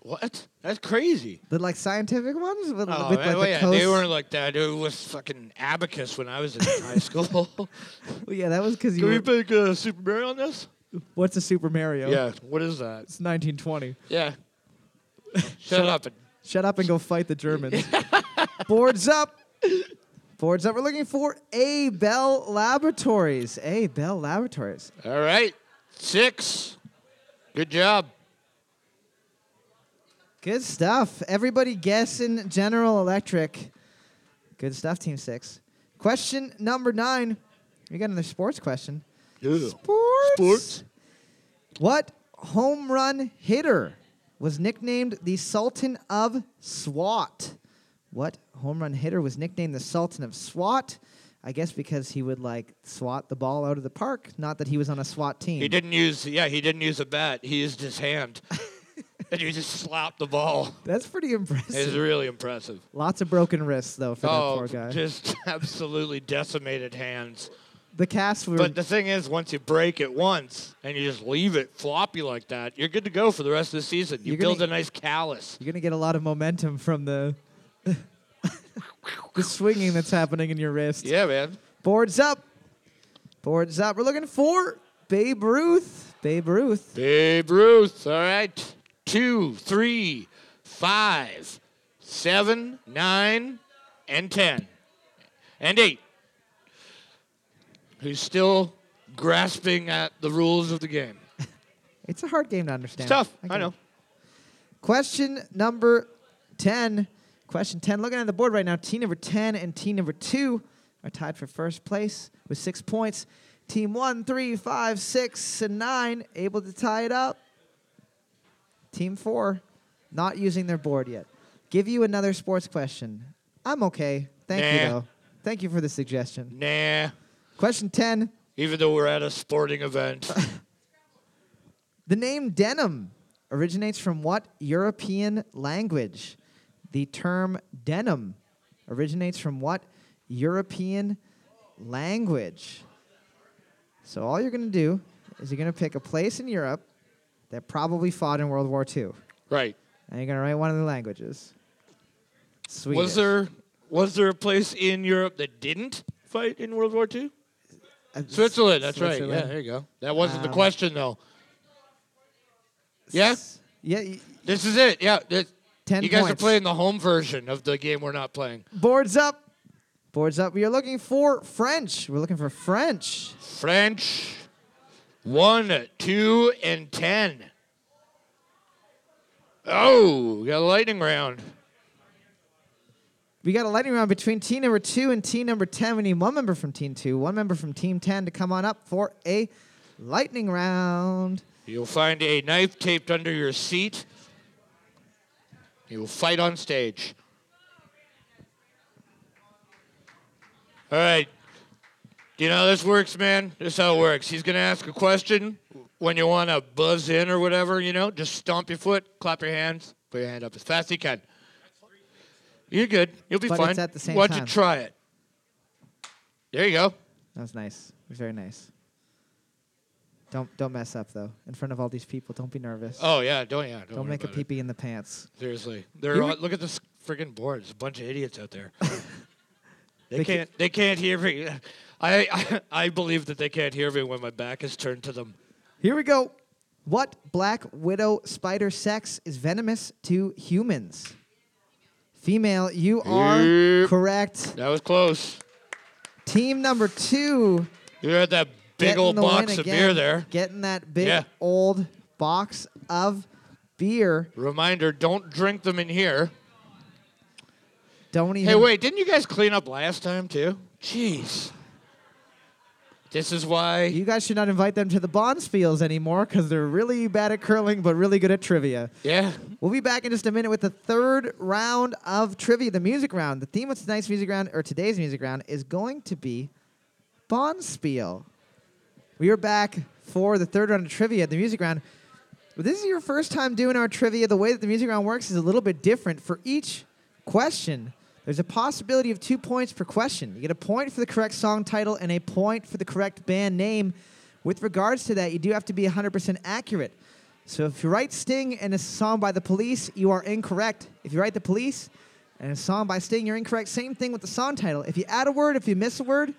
[SPEAKER 2] What? That's crazy.
[SPEAKER 1] The like scientific ones with,
[SPEAKER 2] Oh,
[SPEAKER 1] with, like,
[SPEAKER 2] that- well,
[SPEAKER 1] the
[SPEAKER 2] yeah,
[SPEAKER 1] coast.
[SPEAKER 2] they weren't like that. It was fucking abacus when I was in high school.
[SPEAKER 1] Well, yeah, that was because you
[SPEAKER 2] Can we
[SPEAKER 1] were,
[SPEAKER 2] pick uh, Super Mario on this?
[SPEAKER 1] what's a Super Mario?
[SPEAKER 2] Yeah. What is that?
[SPEAKER 1] It's 1920.
[SPEAKER 2] Yeah. Shut up and
[SPEAKER 1] Shut up and go fight the Germans. Boards up. Boards up. We're looking for A Bell Laboratories. A Bell Laboratories.
[SPEAKER 2] All right. Six. Good job.
[SPEAKER 1] Good stuff. Everybody guessing General Electric. Good stuff, Team Six. Question number nine. We got another sports question. Sports.
[SPEAKER 2] Sports.
[SPEAKER 1] What home run hitter was nicknamed the Sultan of SWAT? What home run hitter was nicknamed the Sultan of SWAT? I guess because he would like swat the ball out of the park. Not that he was on a SWAT team.
[SPEAKER 2] He didn't use yeah, he didn't use a bat. He used his hand. and he just slapped the ball.
[SPEAKER 1] That's pretty
[SPEAKER 2] It was
[SPEAKER 1] impressive.
[SPEAKER 2] really impressive.
[SPEAKER 1] Lots of broken wrists though for that
[SPEAKER 2] Oh,
[SPEAKER 1] poor guy.
[SPEAKER 2] just absolutely decimated hands.
[SPEAKER 1] the cast we were
[SPEAKER 2] But the thing is, once you break it once and you just leave it floppy like that, you're good to go for the rest of the season. You
[SPEAKER 1] You're gonna-
[SPEAKER 2] build a nice callus.
[SPEAKER 1] You're gonna get a lot of momentum from the the swinging that's happening in your wrist.
[SPEAKER 2] Yeah, man.
[SPEAKER 1] Boards up, boards up. We're looking for Babe Ruth. Babe Ruth.
[SPEAKER 2] Babe Ruth. All right. Two, three, five, seven, nine, and ten. And eight. Who's still grasping at the rules of the game.
[SPEAKER 1] It's a hard game to understand.
[SPEAKER 2] It's tough. I
[SPEAKER 1] get
[SPEAKER 2] know.
[SPEAKER 1] it. Question number ten. Question ten. Looking at the board right now, team number ten and team number two are tied for first place with six points. Team one, three, five, six, and nine able to tie it up. Team four, not using their board yet. Give you another sports question. I'm okay. Thank you,
[SPEAKER 2] Nah.
[SPEAKER 1] though. Thank you for the suggestion.
[SPEAKER 2] Nah.
[SPEAKER 1] Question 10.
[SPEAKER 2] Even though we're at a sporting event.
[SPEAKER 1] The name denim originates from what European language? The term denim originates from what European language? So, all you're going to do is you're going to pick a place in Europe that probably fought in World War II,
[SPEAKER 2] right.
[SPEAKER 1] and you're going to write one of the languages. Swedish.
[SPEAKER 2] Was there was there a place in Europe that didn't fight in World War II?
[SPEAKER 1] Uh,
[SPEAKER 2] Switzerland, that's right. Yeah,
[SPEAKER 1] Switzerland.
[SPEAKER 2] there you go. That wasn't the
[SPEAKER 1] Um,
[SPEAKER 2] question though. Yeah?
[SPEAKER 1] S- Yeah. y-
[SPEAKER 2] This is it. Yeah. This,
[SPEAKER 1] 10
[SPEAKER 2] you guys are
[SPEAKER 1] points.
[SPEAKER 2] playing the home version of the game we're not playing.
[SPEAKER 1] Boards up. Boards up. We are looking for French. We're looking for French.
[SPEAKER 2] French. One, two, and ten. Oh, we got a lightning round.
[SPEAKER 1] We got a lightning round between team number two and team number 10. We need one member from team two, one member from team 10 to come on up for a lightning round.
[SPEAKER 2] You'll find a knife taped under your seat. You will fight on stage. All right. Do you know how this works, man? This is how it works. He's going to ask a question. When you want to buzz in or whatever, you know, just stomp your foot, clap your hands, put your hand up as fast as you can. You're good. You'll be
[SPEAKER 1] But
[SPEAKER 2] fine.
[SPEAKER 1] it's at the same
[SPEAKER 2] Why
[SPEAKER 1] time.
[SPEAKER 2] don't you try it? There you go.
[SPEAKER 1] That was nice. It was very nice. Don't don't mess up though. In front of all these people, don't be nervous.
[SPEAKER 2] Oh, yeah. Don't, yeah. Don't,
[SPEAKER 1] don't
[SPEAKER 2] worry
[SPEAKER 1] make a
[SPEAKER 2] about it.
[SPEAKER 1] peepee in the pants.
[SPEAKER 2] Seriously, they're
[SPEAKER 1] You
[SPEAKER 2] all,
[SPEAKER 1] re-
[SPEAKER 2] look at this friggin' board. There's a bunch of idiots out there. they,
[SPEAKER 1] They ca-
[SPEAKER 2] can't. They can't hear me. I, I I believe that they can't hear me when my back is turned to them.
[SPEAKER 1] Here we go. What black widow spider sex is venomous to humans? Female, you are
[SPEAKER 2] Yep.
[SPEAKER 1] correct.
[SPEAKER 2] That was close.
[SPEAKER 1] Team number two.
[SPEAKER 2] You had that big
[SPEAKER 1] getting
[SPEAKER 2] old
[SPEAKER 1] the win
[SPEAKER 2] box of
[SPEAKER 1] again,
[SPEAKER 2] beer there.
[SPEAKER 1] Getting that big
[SPEAKER 2] Yeah.
[SPEAKER 1] old box of beer.
[SPEAKER 2] Reminder: Don't drink them in here.
[SPEAKER 1] Don't even.
[SPEAKER 2] Hey, wait! Didn't you guys clean up last time too? Jeez. This is why.
[SPEAKER 1] You guys should not invite them to the Bonspiels anymore because they're really bad at curling but really good at trivia.
[SPEAKER 2] yeah.
[SPEAKER 1] We'll be back in just a minute with the third round of trivia, the music round. The theme of tonight's music round, or today's music round, is going to be Bonspiel. We are back for the third round of trivia, the music round. If this is your first time doing our trivia, the way that the music round works is a little bit different. For each question, there's a possibility of two points per question. You get a point for the correct song title and a point for the correct band name. With regards to that, you do have to be 100% accurate. So if you write Sting and a song by the police, you are incorrect. If you write the police and a song by Sting, you're incorrect. Same thing with the song title. If you add a word, if you miss a word,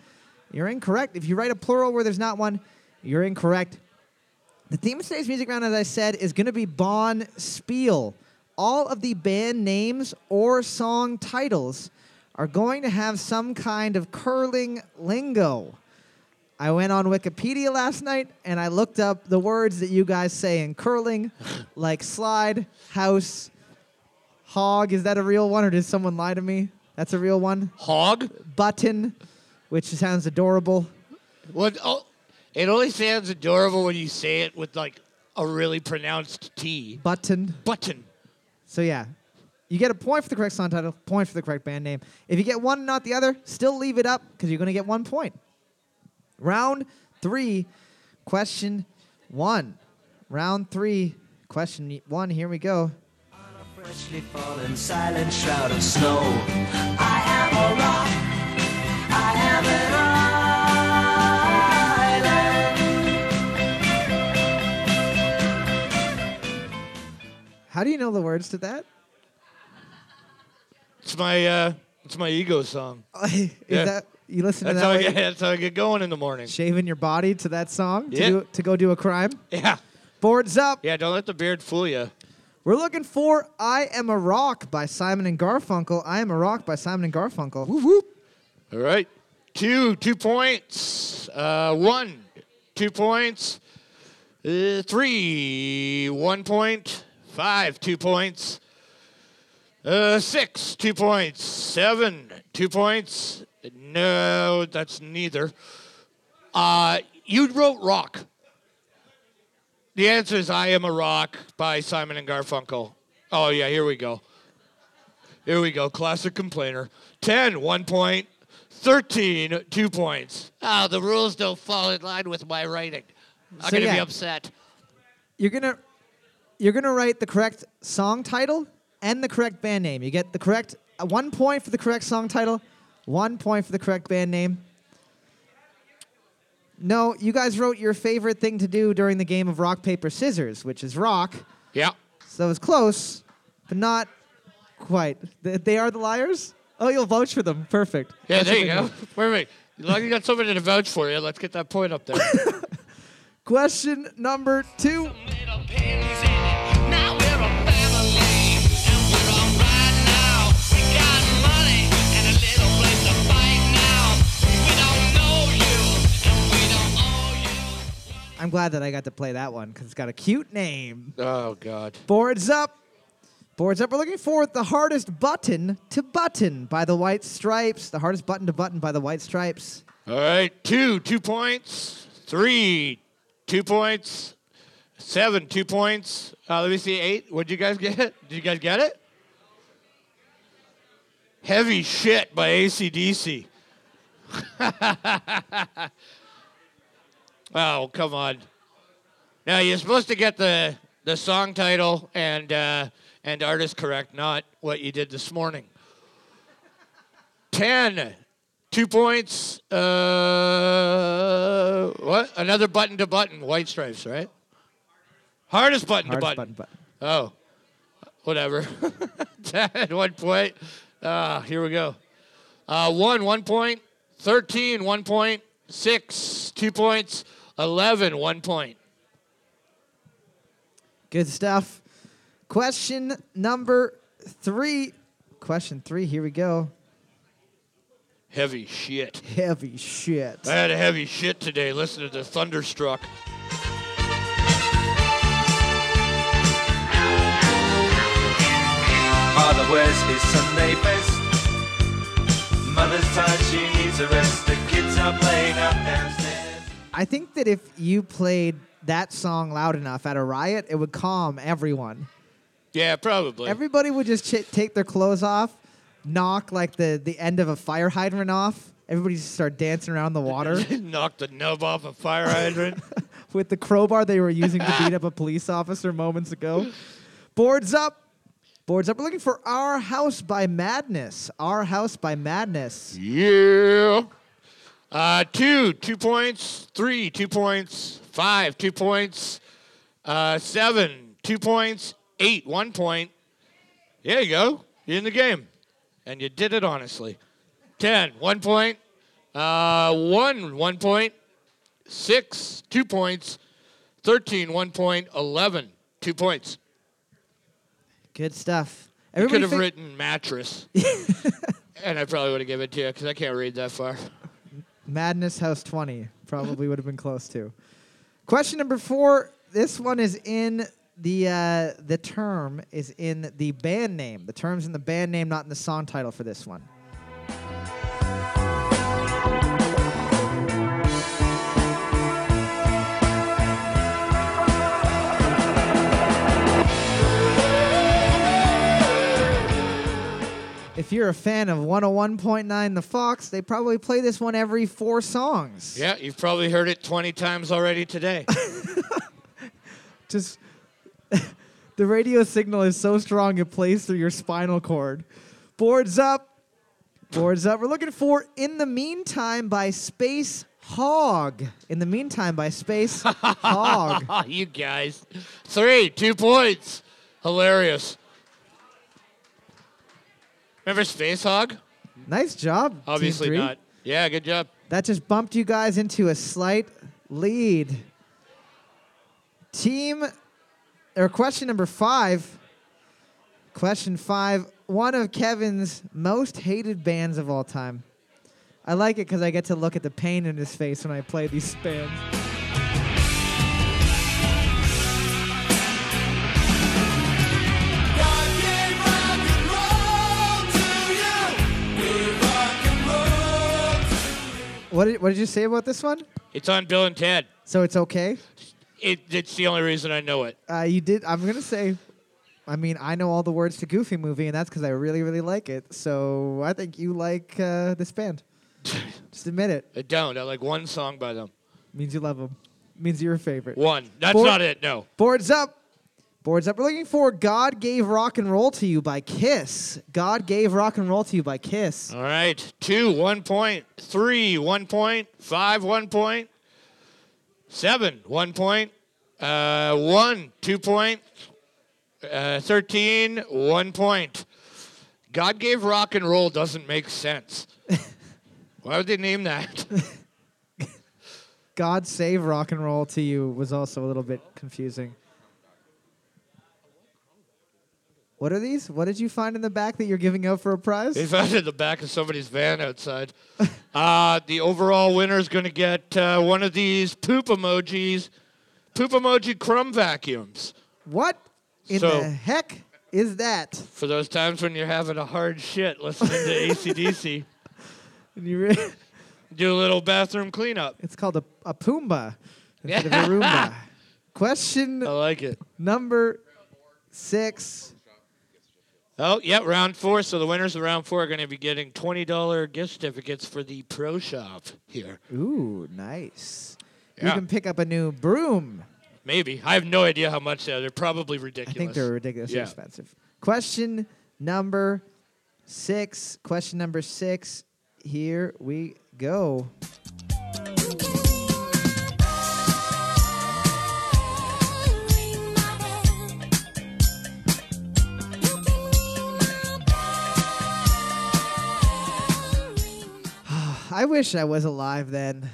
[SPEAKER 1] you're incorrect. If you write a plural where there's not one, you're incorrect. The theme of today's music round, as I said, is going to be Bon Spiel. All of the band names or song titles are going to have some kind of curling lingo. I went on Wikipedia last night and I looked up the words that you guys say in curling, like slide, house, hog. Is that a real one or did someone lie to me? That's a real one.
[SPEAKER 2] Hog.
[SPEAKER 1] Button, which sounds adorable.
[SPEAKER 2] What? Oh, it only sounds adorable when you say it with like a really pronounced T.
[SPEAKER 1] Button.
[SPEAKER 2] Button.
[SPEAKER 1] So yeah, you get a point for the correct song title, point for the correct band name. If you get one and not the other, still leave it up because you're going to get one point. Round three, question one. Round three, question y- one. Here we go.
[SPEAKER 3] Freshly fallen silent shroud of snow. I am a rock. I am an island.
[SPEAKER 1] How do you know the words to that?
[SPEAKER 2] It's my uh, it's my ego song.
[SPEAKER 1] Is
[SPEAKER 2] Yeah.
[SPEAKER 1] that you listen to
[SPEAKER 2] That's
[SPEAKER 1] that?
[SPEAKER 2] how I
[SPEAKER 1] while
[SPEAKER 2] get,
[SPEAKER 1] you're
[SPEAKER 2] that's how I get going in the morning.
[SPEAKER 1] Shaving your body to that song to,
[SPEAKER 2] Yeah.
[SPEAKER 1] do, to go do a crime.
[SPEAKER 2] Yeah,
[SPEAKER 1] Boards up.
[SPEAKER 2] yeah. Don't let the beard fool you.
[SPEAKER 1] We're looking for "I Am a Rock" by Simon and Garfunkel. "I Am a Rock" by Simon and Garfunkel.
[SPEAKER 2] All right, two two points. Uh, one two points. Uh, three one point. Five two points. Uh, six two points. Seven two points. No, that's neither. Uh, you wrote rock. The answer is I Am a Rock by Simon and Garfunkel. Oh, yeah, here we go. Here we go. Classic complainer. 10, one point. 13, two points. Ah, the rules don't fall in line with my writing. I'm
[SPEAKER 1] So,
[SPEAKER 2] going to be
[SPEAKER 1] yeah.
[SPEAKER 2] upset.
[SPEAKER 1] you're gonna you're gonna write the correct song title and the correct band name. You get the correct uh, one point for the correct song title, one point for the correct band name. No, you guys wrote your favorite thing to do during the game of rock paper scissors, which is rock.
[SPEAKER 2] Yeah.
[SPEAKER 1] So it was close, but not quite. Th- They are the liars. Oh, you'll vouch for them. Perfect.
[SPEAKER 2] Yeah,
[SPEAKER 1] That's
[SPEAKER 2] there
[SPEAKER 1] what
[SPEAKER 2] you
[SPEAKER 1] they
[SPEAKER 2] go.
[SPEAKER 1] do.
[SPEAKER 2] Perfect. As long as you got somebody to vouch for you, let's get that point up there.
[SPEAKER 1] Question number two.
[SPEAKER 3] Little pins in it. Now we're a family. And we're all right now. We got money and a little place to fight now. We don't know you. And we don't owe you.
[SPEAKER 1] I'm glad that I got to play that one because it's got a cute name.
[SPEAKER 2] Oh God.
[SPEAKER 1] Boards up. Boards up. We're looking for the hardest button to button by the White Stripes. The hardest button to button by the White Stripes.
[SPEAKER 2] All right, two, two points, three, two points, seven, two points. Uh, let me see, eight. What'd you guys get? Did you guys get it? Heavy shit by ACDC. oh, come on. Now you're supposed to get the the song title and uh, and artist correct, not what you did this morning. 10. Two points. Uh, what? Another button to button. White stripes, right? Hardest button
[SPEAKER 1] Hardest
[SPEAKER 2] to button.
[SPEAKER 1] button.
[SPEAKER 2] Oh, whatever. At one point. Uh, here we go. Uh, one, one point. 13, one point. Six, two points. 11, one point.
[SPEAKER 1] Good stuff. Question number three. Question three. Here we go.
[SPEAKER 2] Heavy shit.
[SPEAKER 1] Heavy shit.
[SPEAKER 2] I had a heavy shit today. Listen to the thunderstruck.
[SPEAKER 4] Father wears his Sunday best. Mother's tired, she needs a rest. The kids are playing up downstairs.
[SPEAKER 1] I think that if you played that song loud enough at a riot, it would calm everyone.
[SPEAKER 2] Yeah, probably.
[SPEAKER 1] Everybody would just ch- take their clothes off, knock like the, the end of a fire hydrant off. Everybody just start dancing around the water
[SPEAKER 2] Knocked the nub off a fire hydrant.
[SPEAKER 1] with the crowbar they were using to beat up a police officer moments ago. Boards up. Boards up. We're looking for Our House by Madness. Our House by Madness.
[SPEAKER 2] yeah. Uh, two, two points. Three, two points. Five, two points. Uh, seven, two points. Eight, one point. There you go. You're in the game. And you did it honestly. Ten, one point. Uh, one, one point. Six, two points. Thirteen, one point. Eleven, two points.
[SPEAKER 1] Good stuff.
[SPEAKER 2] You could have
[SPEAKER 1] think-
[SPEAKER 2] written mattress. and I probably would have given it to you because I can't read that far.
[SPEAKER 1] Madness House 20 probably would have been close to. Question number four. This one is in the uh, the term is in the band name. The term's in the band name, not in the song title for this one. If you're a fan of 101.9 The Fox, they probably play this one every four songs.
[SPEAKER 2] Yeah, you've probably heard it 20 times already today.
[SPEAKER 1] just the radio signal is so strong it plays through your spinal cord. Boards up. Boards up. We're looking for In the Meantime by Space Hog. In the Meantime by Space Hog.
[SPEAKER 2] oh, you guys. Three, two points. Hilarious. Remember Space Hog?
[SPEAKER 1] Nice job. Team
[SPEAKER 2] Obviously
[SPEAKER 1] three.
[SPEAKER 2] not. Yeah, good job.
[SPEAKER 1] That just bumped you guys into a slight lead. Team, or question number five. Question five. One of Kevin's most hated bands of all time. I like it because I get to look at the pain in his face when I play these bands.
[SPEAKER 4] God gave rock and roll to you. Gave rock and roll.
[SPEAKER 1] What did, what did you say about this one?
[SPEAKER 2] It's on Bill and Ted.
[SPEAKER 1] So it's okay.
[SPEAKER 2] It, it's the only reason I know it.
[SPEAKER 1] Uh, you did. I'm gonna say. I mean, I know all the words to Goofy movie, and that's because I really, really like it. So I think you like uh, this band. Just admit it.
[SPEAKER 2] I don't. I like one song by them.
[SPEAKER 1] Means you love them. Means you're a favorite.
[SPEAKER 2] One. That's
[SPEAKER 1] Four-
[SPEAKER 2] not it, no.
[SPEAKER 1] Boards up. Boards up. We're looking for "God Gave Rock and Roll to You" by Kiss. "God Gave Rock and Roll to You" by Kiss.
[SPEAKER 2] All right. Two, one point. Three, one point. Five, one point. Seven, one point. Uh, one, two point. Uh, Thirteen, one point. God gave rock and roll doesn't make sense. Why would they name that?
[SPEAKER 1] "God Save Rock and Roll to You" was also a little bit confusing. What are these? What did you find in the back that you're giving out for a prize?
[SPEAKER 2] they found it in the back of somebody's van outside. Uh, the overall winner is going to get uh, one of these poop emojis poop emoji crumb vacuums
[SPEAKER 1] What in
[SPEAKER 2] So-
[SPEAKER 1] the heck is that?
[SPEAKER 2] for those times when you're having a hard shit listening to ACDC.
[SPEAKER 1] And you re-
[SPEAKER 2] Do a little bathroom cleanup.
[SPEAKER 1] it's called a, a Pumbaa instead of a Roomba. Question
[SPEAKER 2] I like it.
[SPEAKER 1] number six.
[SPEAKER 2] Oh, yeah, round four. So the winners of round four are going to be getting $20 gift certificates for the pro shop here.
[SPEAKER 1] Ooh, nice. You
[SPEAKER 2] Yeah.
[SPEAKER 1] can pick up a new broom.
[SPEAKER 2] Maybe. I have no idea how much they are. They're probably
[SPEAKER 1] I
[SPEAKER 2] ridiculous.
[SPEAKER 1] think they're ridiculously
[SPEAKER 2] Yeah.
[SPEAKER 1] expensive. Question number six. Question number six. Here we go. I wish I was alive then.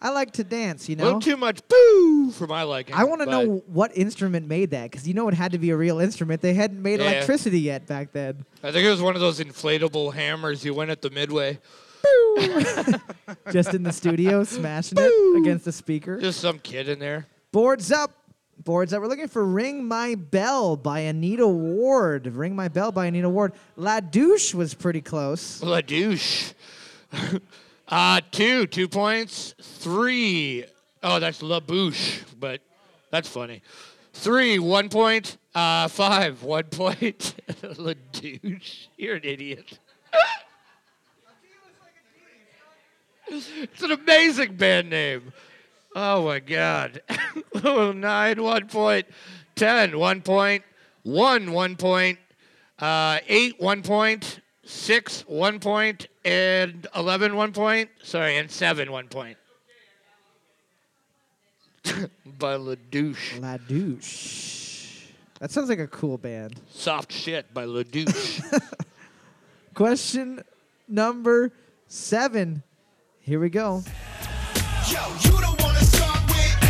[SPEAKER 1] I like to dance, you
[SPEAKER 2] A little
[SPEAKER 1] know.
[SPEAKER 2] too much boo for my liking.
[SPEAKER 1] I want to
[SPEAKER 2] but-
[SPEAKER 1] know what instrument made that because you know it had to be a real instrument. They hadn't made
[SPEAKER 2] Yeah.
[SPEAKER 1] electricity yet back then.
[SPEAKER 2] I think it was one of those inflatable hammers you went at the midway.
[SPEAKER 1] Just in the studio, smashing it against the speaker.
[SPEAKER 2] Just some kid in there.
[SPEAKER 1] Boards up. Boards up. We're looking for Ring My Bell by Anita Ward. Ring My Bell by Anita Ward. La Douche was pretty close.
[SPEAKER 2] La douche. uh, two, two points. Three. Oh, that's La Bouche, but that's funny. Three, one point. Uh, five, one point. La douche. You're an idiot. it's an amazing band name. Oh my God. Oh, Nine, one point. Ten, one point. One, one point. Uh, eight, one point. Six, one point. And eleven, one point. Sorry, and seven, one point. By La Douche.
[SPEAKER 1] La Douche. That sounds like a cool band.
[SPEAKER 2] Soft shit by La Douche.
[SPEAKER 1] Question number seven. Here we go.
[SPEAKER 5] Yo, you don't wanna start with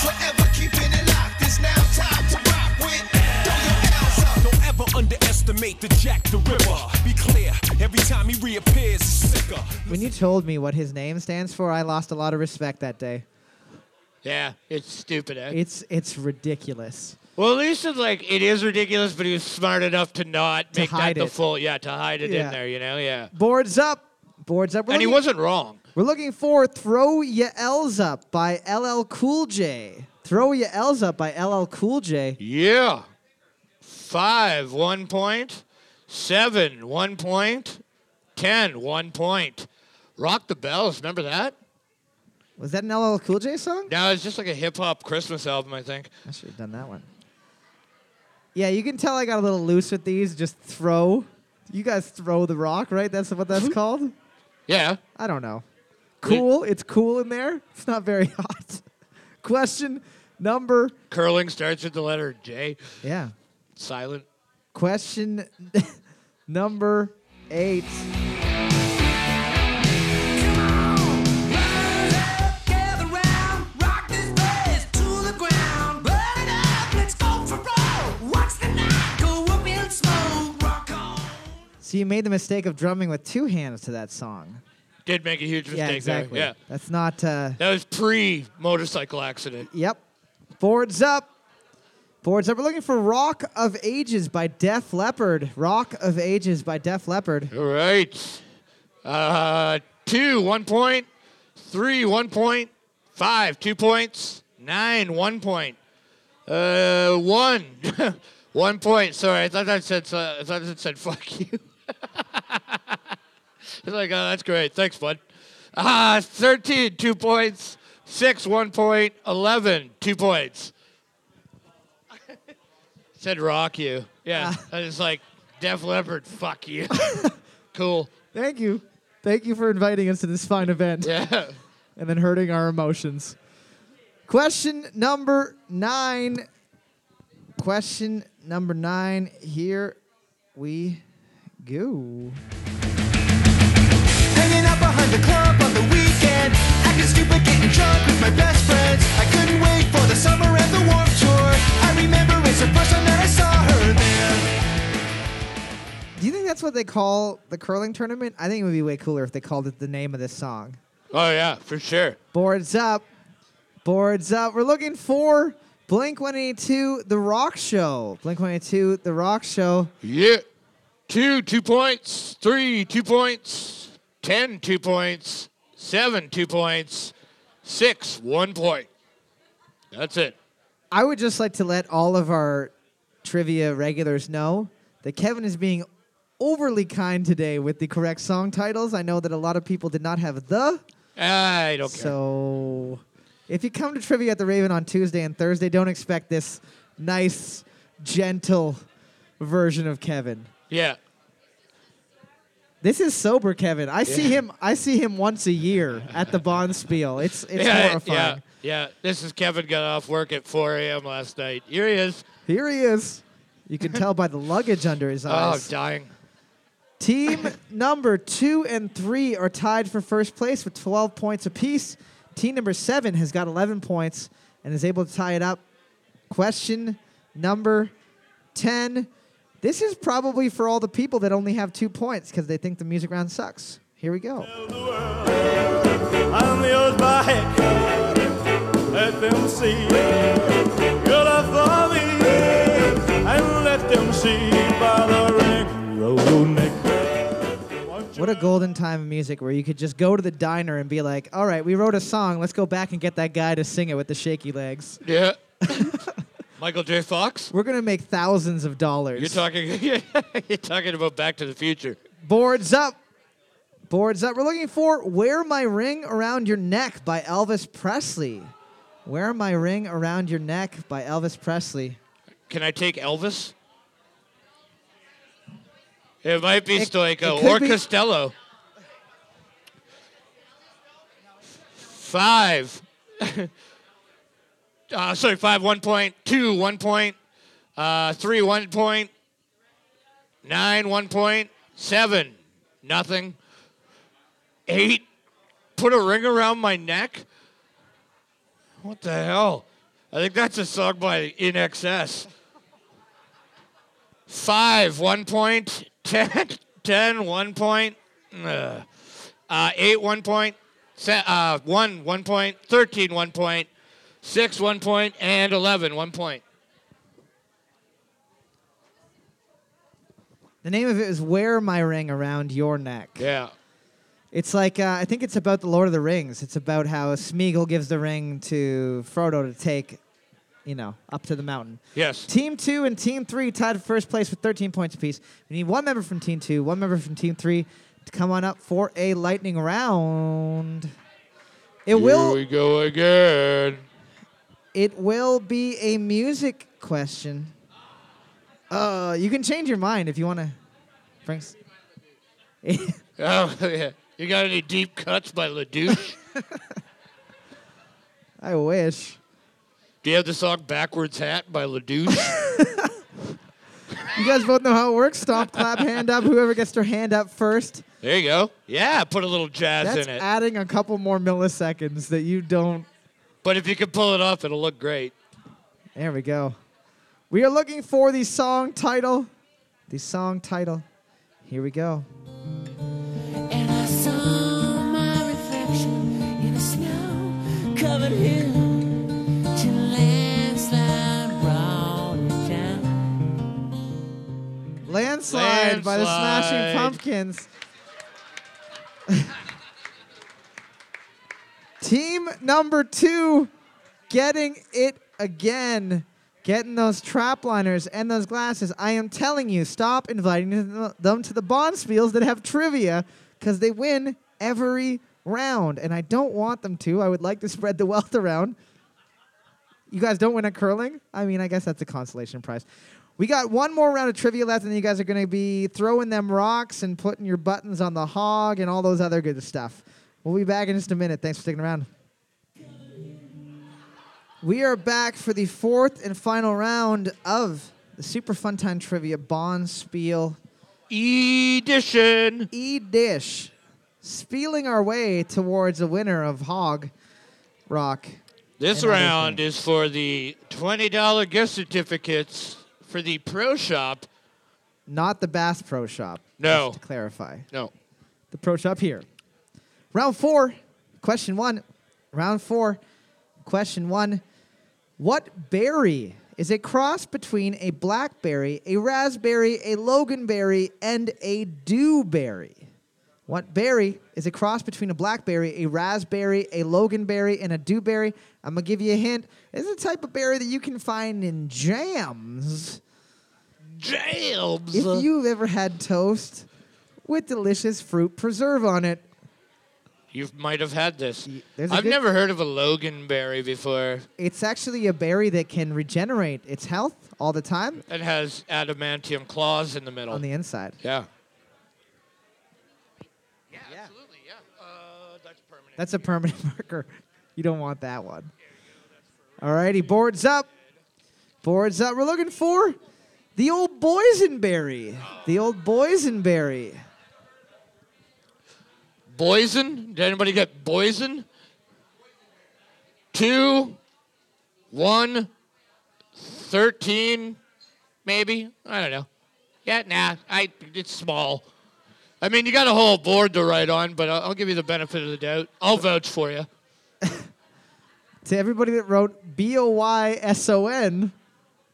[SPEAKER 5] Forever keeping it locked, it's now time to rock with Throw your L's up
[SPEAKER 6] Don't ever underestimate the Jack the Ripper. Be clear, every time he reappears, he's sicker.
[SPEAKER 1] When you told me what his name stands for, I lost a lot of respect that day.
[SPEAKER 2] yeah, it's stupid. Eh?
[SPEAKER 1] It's it's ridiculous.
[SPEAKER 2] Well, at least it's like it is ridiculous, but he was smart enough to not
[SPEAKER 1] To
[SPEAKER 2] make that
[SPEAKER 1] hide
[SPEAKER 2] the
[SPEAKER 1] it.
[SPEAKER 2] full. Yeah, to hide it
[SPEAKER 1] Yeah.
[SPEAKER 2] in there. You know, yeah.
[SPEAKER 1] Boards up. Boards up. We're
[SPEAKER 2] And he
[SPEAKER 1] looking-
[SPEAKER 2] wasn't wrong.
[SPEAKER 1] We're looking for Throw Ya L's Up by LL Cool J. Throw Ya L's Up by LL Cool J.
[SPEAKER 2] Yeah. Five, one point. Seven, one point. Ten, one point. Rock the Bells, remember that?
[SPEAKER 1] Was that an LL Cool J song?
[SPEAKER 2] No, it's just like a hip hop Christmas album, I think.
[SPEAKER 1] I should have done that one. Yeah, you can tell I got a little loose with these. Just throw. You guys throw the rock, right? That's what that's called?
[SPEAKER 2] Yeah.
[SPEAKER 1] Mm-hmm. I don't know.
[SPEAKER 2] We-
[SPEAKER 1] Cool. It's cool in there. It's not very hot. Question number.
[SPEAKER 2] Curling starts with the letter J.
[SPEAKER 1] Yeah.
[SPEAKER 2] Silent.
[SPEAKER 1] Question number eight. So you made the mistake of drumming with two hands to that song.
[SPEAKER 2] Did make a huge mistake
[SPEAKER 1] yeah, exactly.
[SPEAKER 2] there. Yeah.
[SPEAKER 1] That's not. Uh,
[SPEAKER 2] That was pre motorcycle accident.
[SPEAKER 1] Yep. Boards up. Boards up. We're looking for Rock of Ages by Def Leppard. Rock of Ages by Def Leppard.
[SPEAKER 2] All right. Uh, two, one point. Three, one point. Five, two points. Nine, one point. Uh, one. one point. Sorry, I thought that said, uh, I thought that said fuck you. it's like, oh, that's great. Thanks, bud. Ah, 13, two points. Six, one point. 11, two points. said rock you. Yeah. I was like, Def Leppard, fuck you. cool.
[SPEAKER 1] Thank you. Thank you for inviting us to this fine event
[SPEAKER 2] Yeah.
[SPEAKER 1] and then hurting our emotions. Question number nine. Question number nine. Here we go.
[SPEAKER 5] Hanging out behind the club on the weekend Acting stupid, getting drunk with my best friends I couldn't wait for the summer and the warm tour I remember it's the first time that I saw her there
[SPEAKER 1] Do you think that's what they call the curling tournament? I think it would be way cooler if they called it the name of this song.
[SPEAKER 2] Oh yeah, for sure.
[SPEAKER 1] Boards up. Boards up. We're looking for Blink 182, The Rock Show. Blink 182, The Rock Show.
[SPEAKER 2] Yeah. Two, two points. Three, two points. Ten, two points. Seven, two points. Six, one point. That's it.
[SPEAKER 1] I would just like to let all of our trivia regulars know that Kevin is being overly kind today with the correct song titles. I know that a lot of people did not have the,
[SPEAKER 2] I don't care.
[SPEAKER 1] so if you come to trivia at the Raven on Tuesday and Thursday, don't expect this nice, gentle version of Kevin.
[SPEAKER 2] yeah.
[SPEAKER 1] This is sober Kevin. I see him. I see him once a year at the Bond Spiel. It's it's
[SPEAKER 2] yeah,
[SPEAKER 1] horrifying.
[SPEAKER 2] yeah. Yeah. This is Kevin got off work at 4 a.m. last night. Here he is.
[SPEAKER 1] Here he is. You can tell by the luggage under his
[SPEAKER 2] Oh, I'm
[SPEAKER 1] eyes.
[SPEAKER 2] dying.
[SPEAKER 1] Team number two and three are tied for first place with 12 points apiece. Team number seven has got 11 points and is able to tie it up. Question number 10. This is probably for all the people that only have two points because they think the music round sucks. Here we go.
[SPEAKER 7] I'm the old back Let them see your love for me And let them see by the ring Road neck
[SPEAKER 1] What a golden time of music where you could just go to the diner and be like, all right, we wrote a song. Let's go back and get that guy to sing it with the shaky legs.
[SPEAKER 2] Yeah. Michael J. Fox?
[SPEAKER 1] We're going to make thousands of dollars.
[SPEAKER 2] You're talking you're talking about Back to the Future.
[SPEAKER 1] Boards up. Boards up. We're looking for Wear My Ring Around Your Neck by Elvis Presley. Wear My Ring Around Your Neck by Elvis Presley.
[SPEAKER 2] Can I take Elvis? It might be
[SPEAKER 1] It-
[SPEAKER 2] Stoico
[SPEAKER 1] it could
[SPEAKER 2] or
[SPEAKER 1] be-
[SPEAKER 2] Costello. Five. uh, sorry, five, one point. Two, one point. Uh, three, one point. Nine, one point. Seven, nothing. Eight, put a ring around my neck? What the hell? I think that's a song by In Excess. Five, one point. Ten, ten one point. Ugh. Uh, eight, one point. Se- uh, one, one point. Thirteen, one point. Six, one point. And eleven, one point.
[SPEAKER 1] The name of it is Wear My Ring Around Your Neck.
[SPEAKER 2] Yeah.
[SPEAKER 1] It's like, uh, I think it's about the Lord of the Rings. It's about how Smeagol gives the ring to Frodo to take, you know, up to the mountain.
[SPEAKER 2] Yes.
[SPEAKER 1] Team two and team three tied for first place with 13 points apiece. We need one member from team two, one member from team three to come on up for a lightning round. It
[SPEAKER 2] Here
[SPEAKER 1] will
[SPEAKER 2] we go again.
[SPEAKER 1] it will be a music question. Uh, you can change your mind if you want to. Bring s-
[SPEAKER 2] Oh yeah. You got any deep cuts by LaDouche?
[SPEAKER 1] I wish.
[SPEAKER 2] Do you have the song "Backwards Hat" by LaDouche?
[SPEAKER 1] You guys both know how it works. Stomp, clap, hand up. Whoever gets their hand up first.
[SPEAKER 2] there you go. Yeah, put a little jazz
[SPEAKER 1] That's
[SPEAKER 2] in it.
[SPEAKER 1] adding a couple more milliseconds that you don't
[SPEAKER 2] But if you can pull it off, it'll look great.
[SPEAKER 1] There we go. We are looking for the song title. The song title. Here we go.
[SPEAKER 8] And I saw my reflection in a snow covered hill till landslide brought it down.
[SPEAKER 1] Landslide, by the
[SPEAKER 2] Landslide.
[SPEAKER 1] Smashing Pumpkins. Team number two getting it again. Getting those trap liners and those glasses. I am telling you, stop inviting th- them to the Bonspiels that have trivia because they win every round. And I don't want them to. I would like to spread the wealth around. You guys don't win at curling? I mean, I guess that's a consolation prize. We got one more round of trivia left, and then you guys are going to be throwing them rocks and putting your buttons on the hog and all those other good stuff. We'll be back in just a minute. Thanks for sticking around. We are back for the fourth and final round of the Super Fun Time Trivia Bond Spiel
[SPEAKER 2] Edition.
[SPEAKER 1] E Dish. Spieling our way towards the winner of Hog Rock.
[SPEAKER 2] This
[SPEAKER 1] And other
[SPEAKER 2] round is for the $20 gift certificates for the pro shop.
[SPEAKER 1] Not the Bass Pro Shop.
[SPEAKER 2] No.
[SPEAKER 1] To clarify.
[SPEAKER 2] No.
[SPEAKER 1] the pro shop here. Round four, question one. Round four, Question one What berry is a cross between a blackberry, a raspberry, a loganberry, and a dewberry? What berry is a cross between a blackberry, a raspberry, a loganberry, and a dewberry? I'm going to give you a hint. It's a type of berry that you can find in jams.
[SPEAKER 2] Jams.
[SPEAKER 1] If you've ever had toast with delicious fruit preserve on it,
[SPEAKER 2] You might have had this.
[SPEAKER 1] there's a
[SPEAKER 2] I've
[SPEAKER 1] good-
[SPEAKER 2] never heard of a Loganberry before.
[SPEAKER 1] it's actually a berry that can regenerate its health all the time
[SPEAKER 2] It has adamantium claws in the middle.
[SPEAKER 1] on the inside.
[SPEAKER 2] yeah.
[SPEAKER 1] That's a permanent marker. You don't want that one. Alrighty, boards up. Boards up. We're looking for the old boysenberry. The old boysenberry.
[SPEAKER 2] Boysen? Did anybody get Boysen? Two, one, thirteen, maybe. I don't know. Yeah, nah. I it's small. I mean, you got a whole board to write on, but I'll, I'll give you the benefit of the doubt. I'll vouch for you.
[SPEAKER 1] To everybody that wrote B O Y S O N,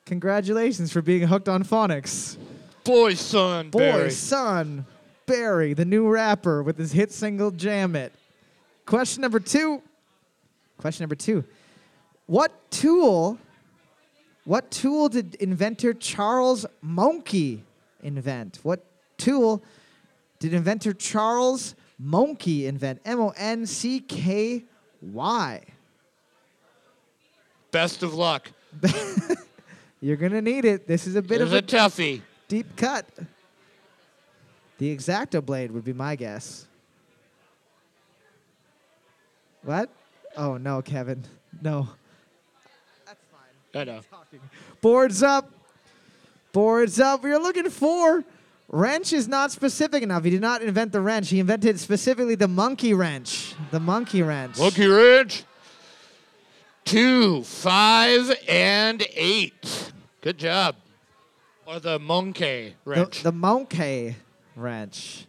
[SPEAKER 1] congratulations for being hooked on phonics.
[SPEAKER 2] Boysen.
[SPEAKER 1] Boy, son, Barry, the new rapper with his hit single Jam It. Question number two. Question number two. What tool, what tool did inventor Charles Monkey invent? What tool did inventor Charles Monkey invent? M O N C K Y.
[SPEAKER 2] Best of luck.
[SPEAKER 1] You're going to need it. This is a bit
[SPEAKER 2] There's
[SPEAKER 1] of
[SPEAKER 2] a toughie.
[SPEAKER 1] deep cut. The exacto blade would be my guess. What? Oh no, Kevin. No.
[SPEAKER 2] I know.
[SPEAKER 1] Boards up. Boards up. We are looking for. Wrench is not specific enough. He did not invent the wrench. He invented specifically the monkey wrench. The monkey wrench.
[SPEAKER 2] Monkey Ridge. Two, five, and eight. Good job. Or the monkey
[SPEAKER 1] the,
[SPEAKER 2] wrench.
[SPEAKER 1] the monkey wrench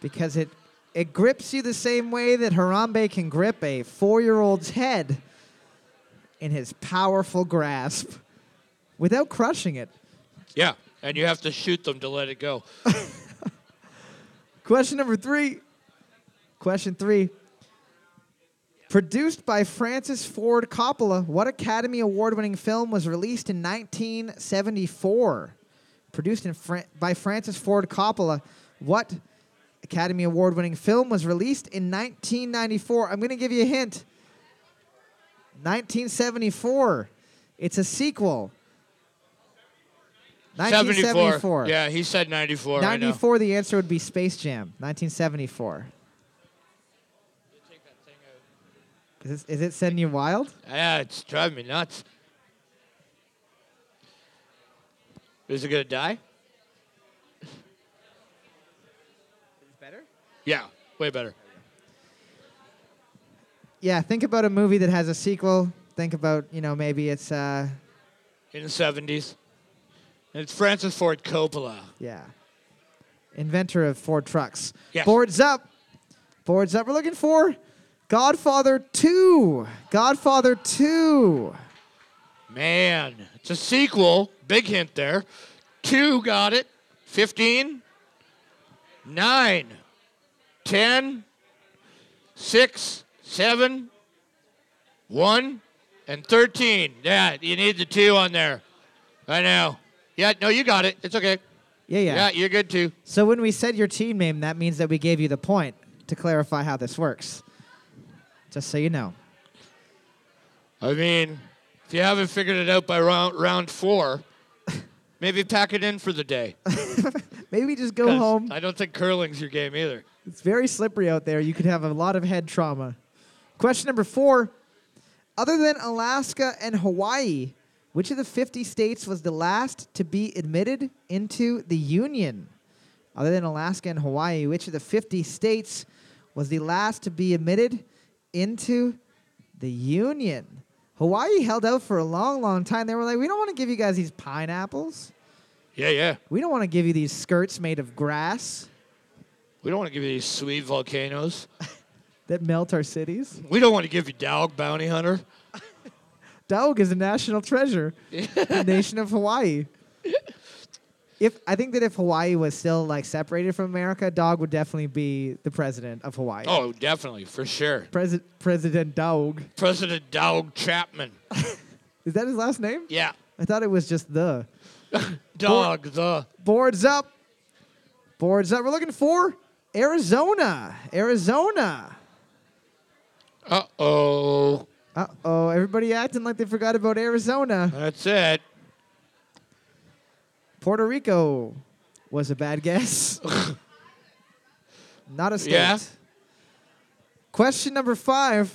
[SPEAKER 1] because it it grips you the same way that Harambe can grip a four-year-old's head in his powerful grasp without crushing it.
[SPEAKER 2] yeah, and you have to shoot them to let it go.
[SPEAKER 1] Question number three. Question three. Produced by Francis Ford Coppola, what Academy Award winning film was released in 1974? Produced in Fran- by Francis Ford Coppola, what Academy Award winning film was released in 1994? I'm going to give you a hint. 1974. It's a sequel. 1974.
[SPEAKER 2] Yeah, he said 94. I know.
[SPEAKER 1] 94, the answer would be Space Jam, 1974. Is it, is it sending you wild?
[SPEAKER 2] Yeah, it's driving me nuts. Is it going to die?
[SPEAKER 1] Better?
[SPEAKER 2] Yeah, way better.
[SPEAKER 1] Yeah, think about a movie that has a sequel. Think about, you know, maybe it's, uh,
[SPEAKER 2] In the 70s. And it's Francis Ford Coppola.
[SPEAKER 1] yeah, inventor of Ford trucks.
[SPEAKER 2] Yes.
[SPEAKER 1] Boards up. Boards up. We're looking for Godfather 2. Godfather 2.
[SPEAKER 2] Man, it's a sequel. Big hint there. Two got it. 15, 9, 10, 6, 7, 1, and 13. Yeah, you need the two on there. I know. Yeah, no, you got it. It's okay.
[SPEAKER 1] Yeah,
[SPEAKER 2] Yeah,
[SPEAKER 1] yeah.
[SPEAKER 2] you're good too.
[SPEAKER 1] So when we said your team name, that means that we gave you the point to clarify how this works. Just so you know.
[SPEAKER 2] I mean, if you haven't figured it out by round, round four, maybe pack it in for the day.
[SPEAKER 1] Maybe just go
[SPEAKER 2] 'Cause
[SPEAKER 1] home.
[SPEAKER 2] I don't think curling's your game either.
[SPEAKER 1] It's very slippery out there. You could have a lot of head trauma. Question number four. Other than Alaska and Hawaii, which of the 50 states was the last to be admitted into the Union? Other than Alaska and Hawaii, which of the 50 states was the last to be admitted into the Union? Hawaii held out for a long, long time. They were like, we don't want to give you guys these pineapples.
[SPEAKER 2] Yeah, yeah.
[SPEAKER 1] We don't want to give you these skirts made of grass
[SPEAKER 2] We don't want to give you these sweet volcanoes.
[SPEAKER 1] that melt our cities.
[SPEAKER 2] We don't want to give you dog bounty hunter.
[SPEAKER 1] Dog is a national treasure. the nation of Hawaii. If I think that if Hawaii was still like separated from America, Dog would definitely be the president of Hawaii.
[SPEAKER 2] Oh, definitely, for sure.
[SPEAKER 1] President President Dog.
[SPEAKER 2] President Dog Chapman.
[SPEAKER 1] Is that his last name?
[SPEAKER 2] Yeah.
[SPEAKER 1] I thought it was just the.
[SPEAKER 2] Dog the.
[SPEAKER 1] Boards up. Boards up. We're looking for Arizona. Arizona.
[SPEAKER 2] Uh oh.
[SPEAKER 1] Uh oh, everybody acting like they forgot about Arizona.
[SPEAKER 2] That's it.
[SPEAKER 1] Puerto Rico was a bad guess. Not a state.
[SPEAKER 2] Yeah.
[SPEAKER 1] Question number five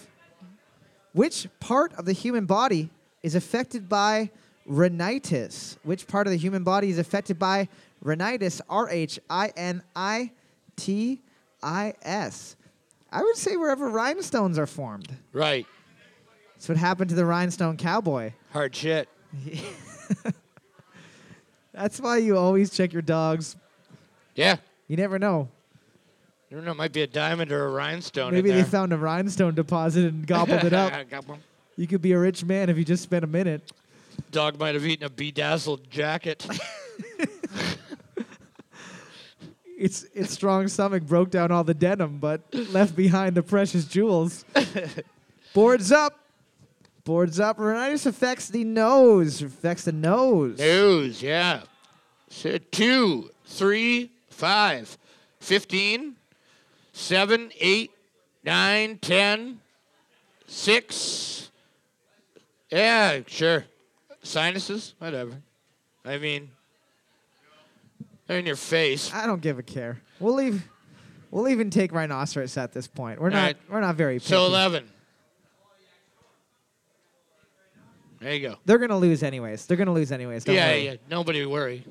[SPEAKER 1] Which part of the human body is affected by rhinitis? Which part of the human body is affected by rhinitis? R H I N I T I S. I would say wherever rhinestones are formed.
[SPEAKER 2] Right.
[SPEAKER 1] That's what happened to the rhinestone cowboy.
[SPEAKER 2] Hard shit.
[SPEAKER 1] That's why you always check your dogs.
[SPEAKER 2] Yeah.
[SPEAKER 1] You never know.
[SPEAKER 2] You know, it might be a diamond or a rhinestone
[SPEAKER 1] Maybe
[SPEAKER 2] in there.
[SPEAKER 1] they found a rhinestone deposit and gobbled it up. You could be a rich man if you just spent a minute.
[SPEAKER 2] Dog might have eaten a bedazzled jacket.
[SPEAKER 1] Its its strong stomach broke down all the denim, but left behind the precious jewels. Boards up. Boards up. Rhinitis affects the nose. Affects the nose.
[SPEAKER 2] News, yeah. So two, three, five, fifteen, seven, eight, nine, ten, six. Yeah, sure. Sinuses, whatever. I mean, they're in your face.
[SPEAKER 1] I don't give a care. We'll leave. We'll even take rhinoceros at this point. We're not.
[SPEAKER 2] Alright.
[SPEAKER 1] We're not very. Picky.
[SPEAKER 2] So eleven. There you go.
[SPEAKER 1] They're gonna lose anyways. They're gonna lose anyways. Don't
[SPEAKER 2] yeah,
[SPEAKER 1] worry.
[SPEAKER 2] yeah. Nobody worry.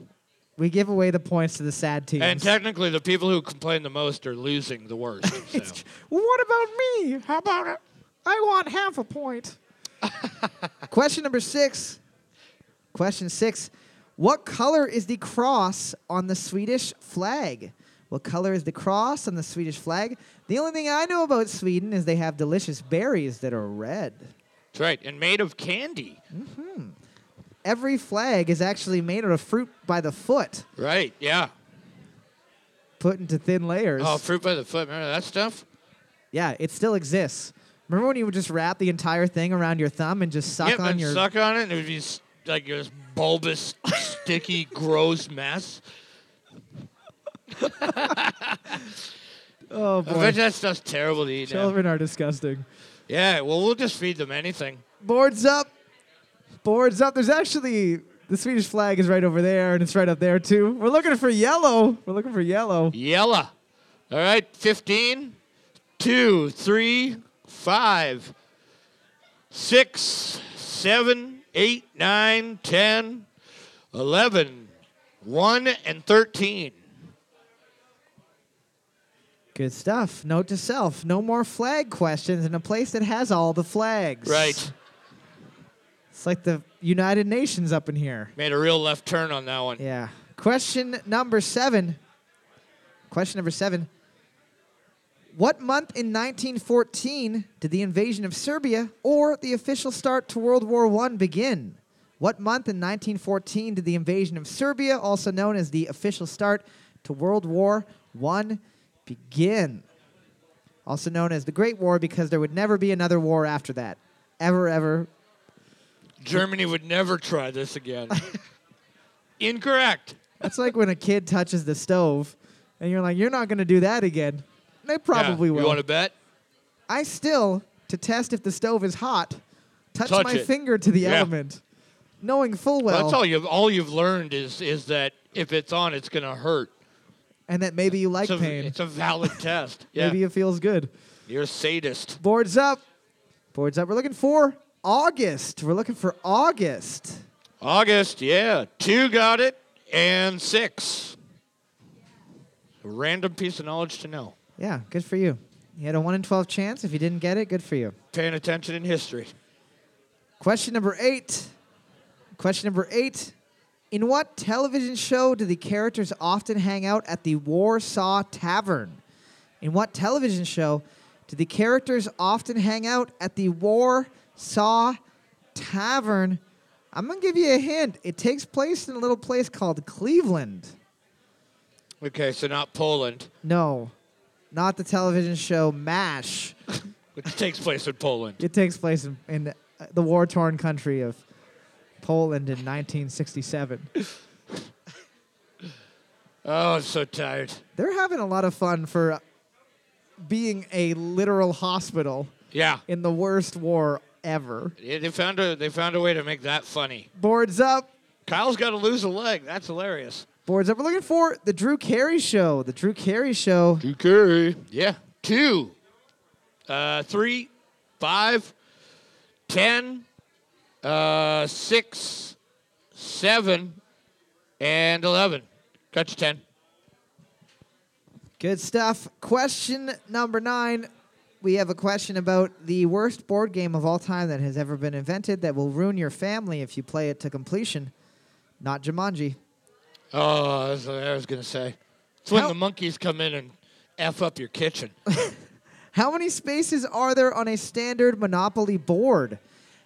[SPEAKER 1] We give away the points to the sad teams.
[SPEAKER 2] And technically, the people who complain the most are losing the worst. so.
[SPEAKER 1] Well, what about me? How about it? I want half a point. Question number six. Question six. What color is the cross on the Swedish flag? What color is the cross on the Swedish flag? The only thing I know about Sweden is they have delicious berries that are red.
[SPEAKER 2] That's right. And made of candy.
[SPEAKER 1] Every flag is actually made out of fruit by the foot,
[SPEAKER 2] Right, yeah.
[SPEAKER 1] put into thin layers.
[SPEAKER 2] Oh, fruit by the foot. Remember that stuff?
[SPEAKER 1] yeah, it still exists. Remember when you would just wrap the entire thing around your thumb and just suck
[SPEAKER 2] yep,
[SPEAKER 1] on
[SPEAKER 2] and
[SPEAKER 1] your
[SPEAKER 2] suck on it, and it would be s- like this bulbous, sticky, gross mess.
[SPEAKER 1] Oh
[SPEAKER 2] I bet that stuff's terrible to eat. now.
[SPEAKER 1] Children are disgusting.
[SPEAKER 2] Yeah, well, we'll just feed them anything.
[SPEAKER 1] Boards up. Boards up. There's actually the Swedish flag is right over there and it's right up there too. We're looking for yellow. We're looking for yellow.
[SPEAKER 2] Yella. All right, 15, 2, 3, 5, 6, 7, 8, 9, 10, 11, 1, and 13.
[SPEAKER 1] Good stuff. Note to self, no more flag questions in a place that has all the flags.
[SPEAKER 2] Right.
[SPEAKER 1] It's like the United Nations up in here.
[SPEAKER 2] Made a real left turn on that one.
[SPEAKER 1] Yeah. Question number seven. Question number seven. What month in 1914 did the invasion of Serbia or the official start to World War I begin? What month in 1914 did the invasion of Serbia, also known as the official start to World War I, begin? Also known as the Great War because there would never be another war after that. Ever, ever.
[SPEAKER 2] Germany would never try this again. Incorrect.
[SPEAKER 1] That's like when a kid touches the stove and you're like, you're not going to do that again. They
[SPEAKER 2] Yeah,
[SPEAKER 1] probably
[SPEAKER 2] You
[SPEAKER 1] will.
[SPEAKER 2] want to bet?
[SPEAKER 1] I still, to test if the stove is hot, touch,
[SPEAKER 2] Touch
[SPEAKER 1] my
[SPEAKER 2] it.
[SPEAKER 1] finger to the
[SPEAKER 2] Yeah.
[SPEAKER 1] element, knowing full well,
[SPEAKER 2] That's all you've all you've learned is is that if it's on, it's gonna hurt.
[SPEAKER 1] and that maybe you like
[SPEAKER 2] It's a,
[SPEAKER 1] pain.
[SPEAKER 2] it's a valid test. Yeah,
[SPEAKER 1] Maybe it feels good.
[SPEAKER 2] you're a sadist.
[SPEAKER 1] Boards up. Boards up. We're looking for August. We're looking for August.
[SPEAKER 2] August, yeah, two got it and six. A random piece of knowledge to know.
[SPEAKER 1] Yeah, good for you. You had a 1 in 12 chance. If you didn't get it, good for you.
[SPEAKER 2] Paying attention in history.
[SPEAKER 1] Question number eight. Question number eight. In what television show do the characters often hang out at the Warsaw Tavern? In what television show do the characters often hang out at the Warsaw tavern. I'm gonna give you a hint. It takes place in a little place called Cleveland.
[SPEAKER 2] Okay, so not Poland,
[SPEAKER 1] No, not the television show MASH.
[SPEAKER 2] which takes place in Poland.
[SPEAKER 1] It takes place in, in uh, the war-torn country of Poland in 1967.
[SPEAKER 2] Oh, I'm so tired.
[SPEAKER 1] They're having a lot of fun for being a literal hospital
[SPEAKER 2] Yeah,
[SPEAKER 1] in the worst war ever.
[SPEAKER 2] Yeah, they found a they found a way to make that funny.
[SPEAKER 1] Boards up.
[SPEAKER 2] Kyle's got to lose a leg. That's hilarious.
[SPEAKER 1] Boards up. We're looking for the Drew Carey show. The Drew Carey show.
[SPEAKER 2] Okay. Yeah. Two, uh, three, five, ten, uh, six, seven, and eleven. Got you ten.
[SPEAKER 1] Good stuff. Question number nine. We have a question about the worst board game of all time that has ever been invented that will ruin your family if you play it to completion. Not Jumanji.
[SPEAKER 2] Oh, that's what I was gonna say. It's when
[SPEAKER 1] How-
[SPEAKER 2] the monkeys come in and f up your kitchen.
[SPEAKER 1] How many spaces are there on a standard Monopoly board?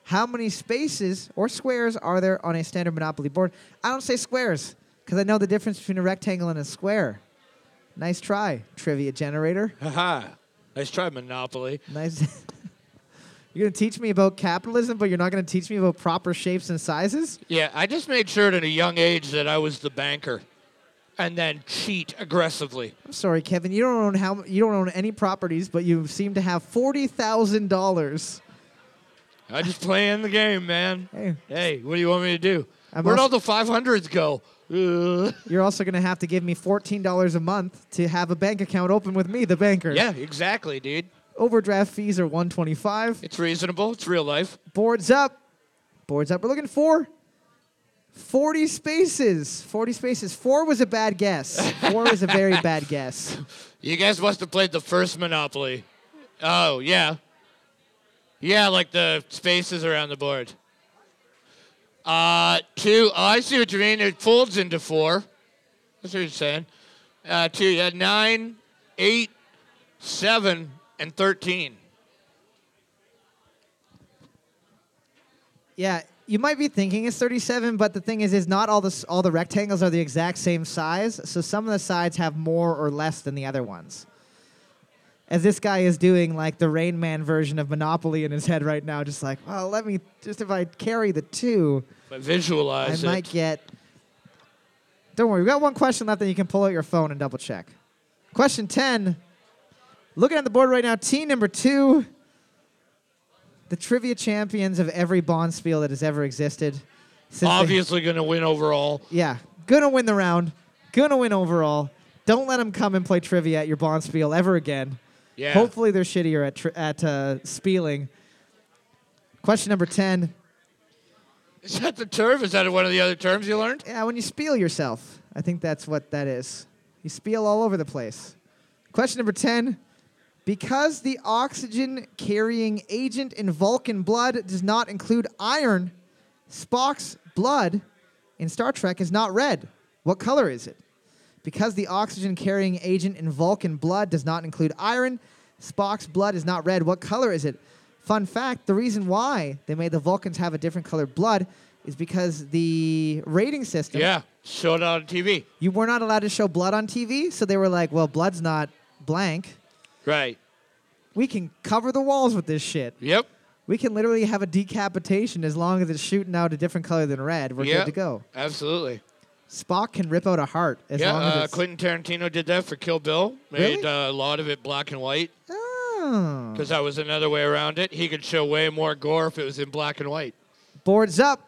[SPEAKER 1] How many spaces or squares are there on a standard Monopoly board? I don't say squares because I know the difference between a rectangle and a square. Nice try, trivia generator.
[SPEAKER 2] Haha. Nice try, Monopoly.
[SPEAKER 1] Nice. you're going to teach me about capitalism, but you're not going to teach me about proper shapes and sizes?
[SPEAKER 2] Yeah, I just made sure at a young age that I was the banker, and then cheat aggressively.
[SPEAKER 1] I'm sorry, Kevin. You don't own how you don't own any properties, but you seem to have forty thousand dollars.
[SPEAKER 2] I just playing the game, man.
[SPEAKER 1] Hey.
[SPEAKER 2] Hey, what do you want me to do?
[SPEAKER 1] I'm
[SPEAKER 2] Where'd
[SPEAKER 1] also-
[SPEAKER 2] all the 500s go? Uh,
[SPEAKER 1] You're also going to have to give me fourteen dollars a month to have a bank account open with me, the banker.
[SPEAKER 2] yeah, exactly, dude.
[SPEAKER 1] Overdraft fees are 125.
[SPEAKER 2] It's reasonable. It's real life.
[SPEAKER 1] Boards up. Boards up. We're looking for 40 spaces. 40 spaces. Four was a bad guess. Four was a very bad guess.
[SPEAKER 2] You guys must have played the first Monopoly. Oh, yeah. Yeah, like the spaces around the board. Uh, two. Oh, I see what you mean. It folds into four. That's what you're saying. Uh, two. Yeah, nine, eight, seven, and 13.
[SPEAKER 1] Yeah, you might be thinking it's 37, but the thing is, is not all the s- all the rectangles are the exact same size. So some of the sides have more or less than the other ones. As this guy is doing like the Rain Man version of Monopoly in his head right now, just like, well, let me just if I carry the two,
[SPEAKER 2] But
[SPEAKER 1] I
[SPEAKER 2] visualize it.
[SPEAKER 1] might get. Don't worry, we got one question left, then you can pull out your phone and double check. Question 10. Looking at the board right now, team number two. The trivia champions of every Bonspiel that has ever existed. Since they-
[SPEAKER 2] Obviously going to win overall.
[SPEAKER 1] yeah, gonna win the round, gonna win overall. Don't let them come and play trivia at your Bonspiel ever again.
[SPEAKER 2] Yeah.
[SPEAKER 1] Hopefully they're shittier at tri- at uh, spieling. Question number 10.
[SPEAKER 2] Is that the term? Is that one of the other terms you learned?
[SPEAKER 1] Yeah, when you spiel yourself. I think that's what that is. You spiel all over the place. Question number 10. Because the oxygen carrying agent in Vulcan blood does not include iron, Spock's blood in Star Trek is not red. What color is it? Because the oxygen carrying agent in Vulcan blood does not include iron, Spock's blood is not red. What color is it? Fun fact the reason why they made the Vulcans have a different colored blood is because the rating system,
[SPEAKER 2] Yeah. Show it on TV.
[SPEAKER 1] you were not allowed to show blood on TV, so they were like, well, blood's not blank.
[SPEAKER 2] Right.
[SPEAKER 1] We can cover the walls with this shit.
[SPEAKER 2] Yep.
[SPEAKER 1] We can literally have a decapitation as long as it's shooting out a different color than red. We're
[SPEAKER 2] yep.
[SPEAKER 1] good to go.
[SPEAKER 2] Absolutely.
[SPEAKER 1] Spock can rip out a heart as
[SPEAKER 2] yeah.
[SPEAKER 1] long as
[SPEAKER 2] Uh,
[SPEAKER 1] it's.
[SPEAKER 2] Quentin Tarantino did that for Kill Bill.
[SPEAKER 1] Really?
[SPEAKER 2] Made uh, a lot of it black and white
[SPEAKER 1] Oh.
[SPEAKER 2] because that was another way around it. He could show way more gore if it was in black and white.
[SPEAKER 1] Boards up.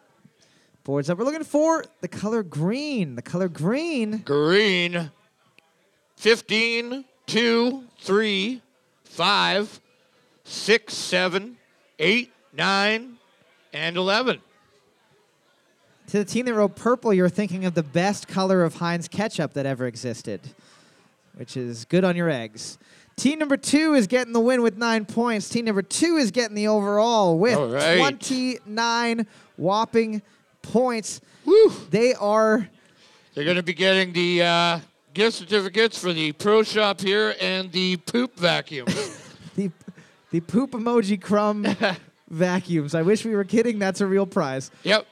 [SPEAKER 1] Boards up. We're looking for the color green. The color green.
[SPEAKER 2] Green. 15, 2, 3, 5, 6, 7, 8, 9, and 11.
[SPEAKER 1] To the team that wrote purple, you're thinking of the best color of Heinz ketchup that ever existed, which is good on your eggs. Team number two is getting the win with nine points. Team number two is getting the overall with
[SPEAKER 2] All right.
[SPEAKER 1] 29 whopping points.
[SPEAKER 2] Woo!
[SPEAKER 1] They are
[SPEAKER 2] They're going to be getting the uh, gift certificates for the pro shop here and the poop vacuum.
[SPEAKER 1] the the poop emoji crumb
[SPEAKER 9] vacuums. I wish we were kidding. That's a real prize.
[SPEAKER 2] Yep.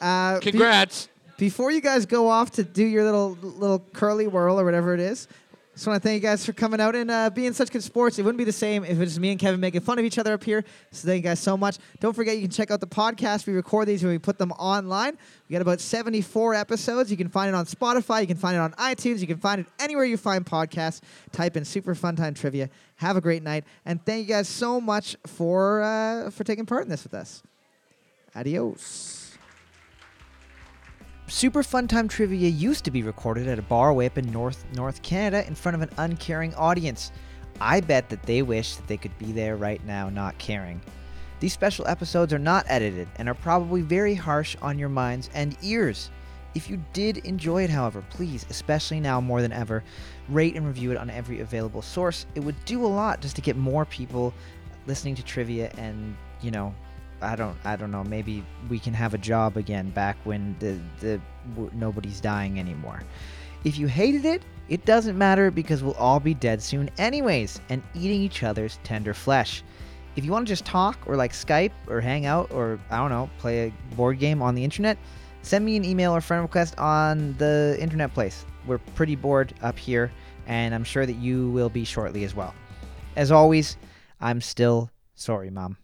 [SPEAKER 9] Uh, be-
[SPEAKER 2] Congrats.
[SPEAKER 9] before you guys go off to do your little little curly whirl or whatever it is, just want to thank you guys for coming out and uh, being such good sports. It wouldn't be the same if it was me and Kevin making fun of each other up here. So thank you guys so much. Don't forget you can check out the podcast. We record these and we put them online. We got about 74 episodes. You can find it on Spotify. You can find it on iTunes. You can find it anywhere you find podcasts. Type in Super Fun Time Trivia. Have a great night. And thank you guys so much for uh, for taking part in this with us. Adios.
[SPEAKER 1] Super Fun Time Trivia used to be recorded at a bar way up in North North Canada in front of an uncaring audience. I bet that they wish that they could be there right now not caring. These special episodes are not edited and are probably very harsh on your minds and ears. If you did enjoy it, however, please, especially now more than ever, rate and review it on every available source. It would do a lot just to get more people listening to trivia and, you know, I don't I don't know. Maybe we can have a job again back when the the w- nobody's dying anymore. If you hated it, it doesn't matter because we'll all be dead soon anyways and eating each other's tender flesh. If you want to just talk or like Skype or hang out or I don't know, play a board game on the internet, send me an email or friend request on the internet place. We're pretty bored up here and I'm sure that you will be shortly as well. As always, I'm still sorry, mom.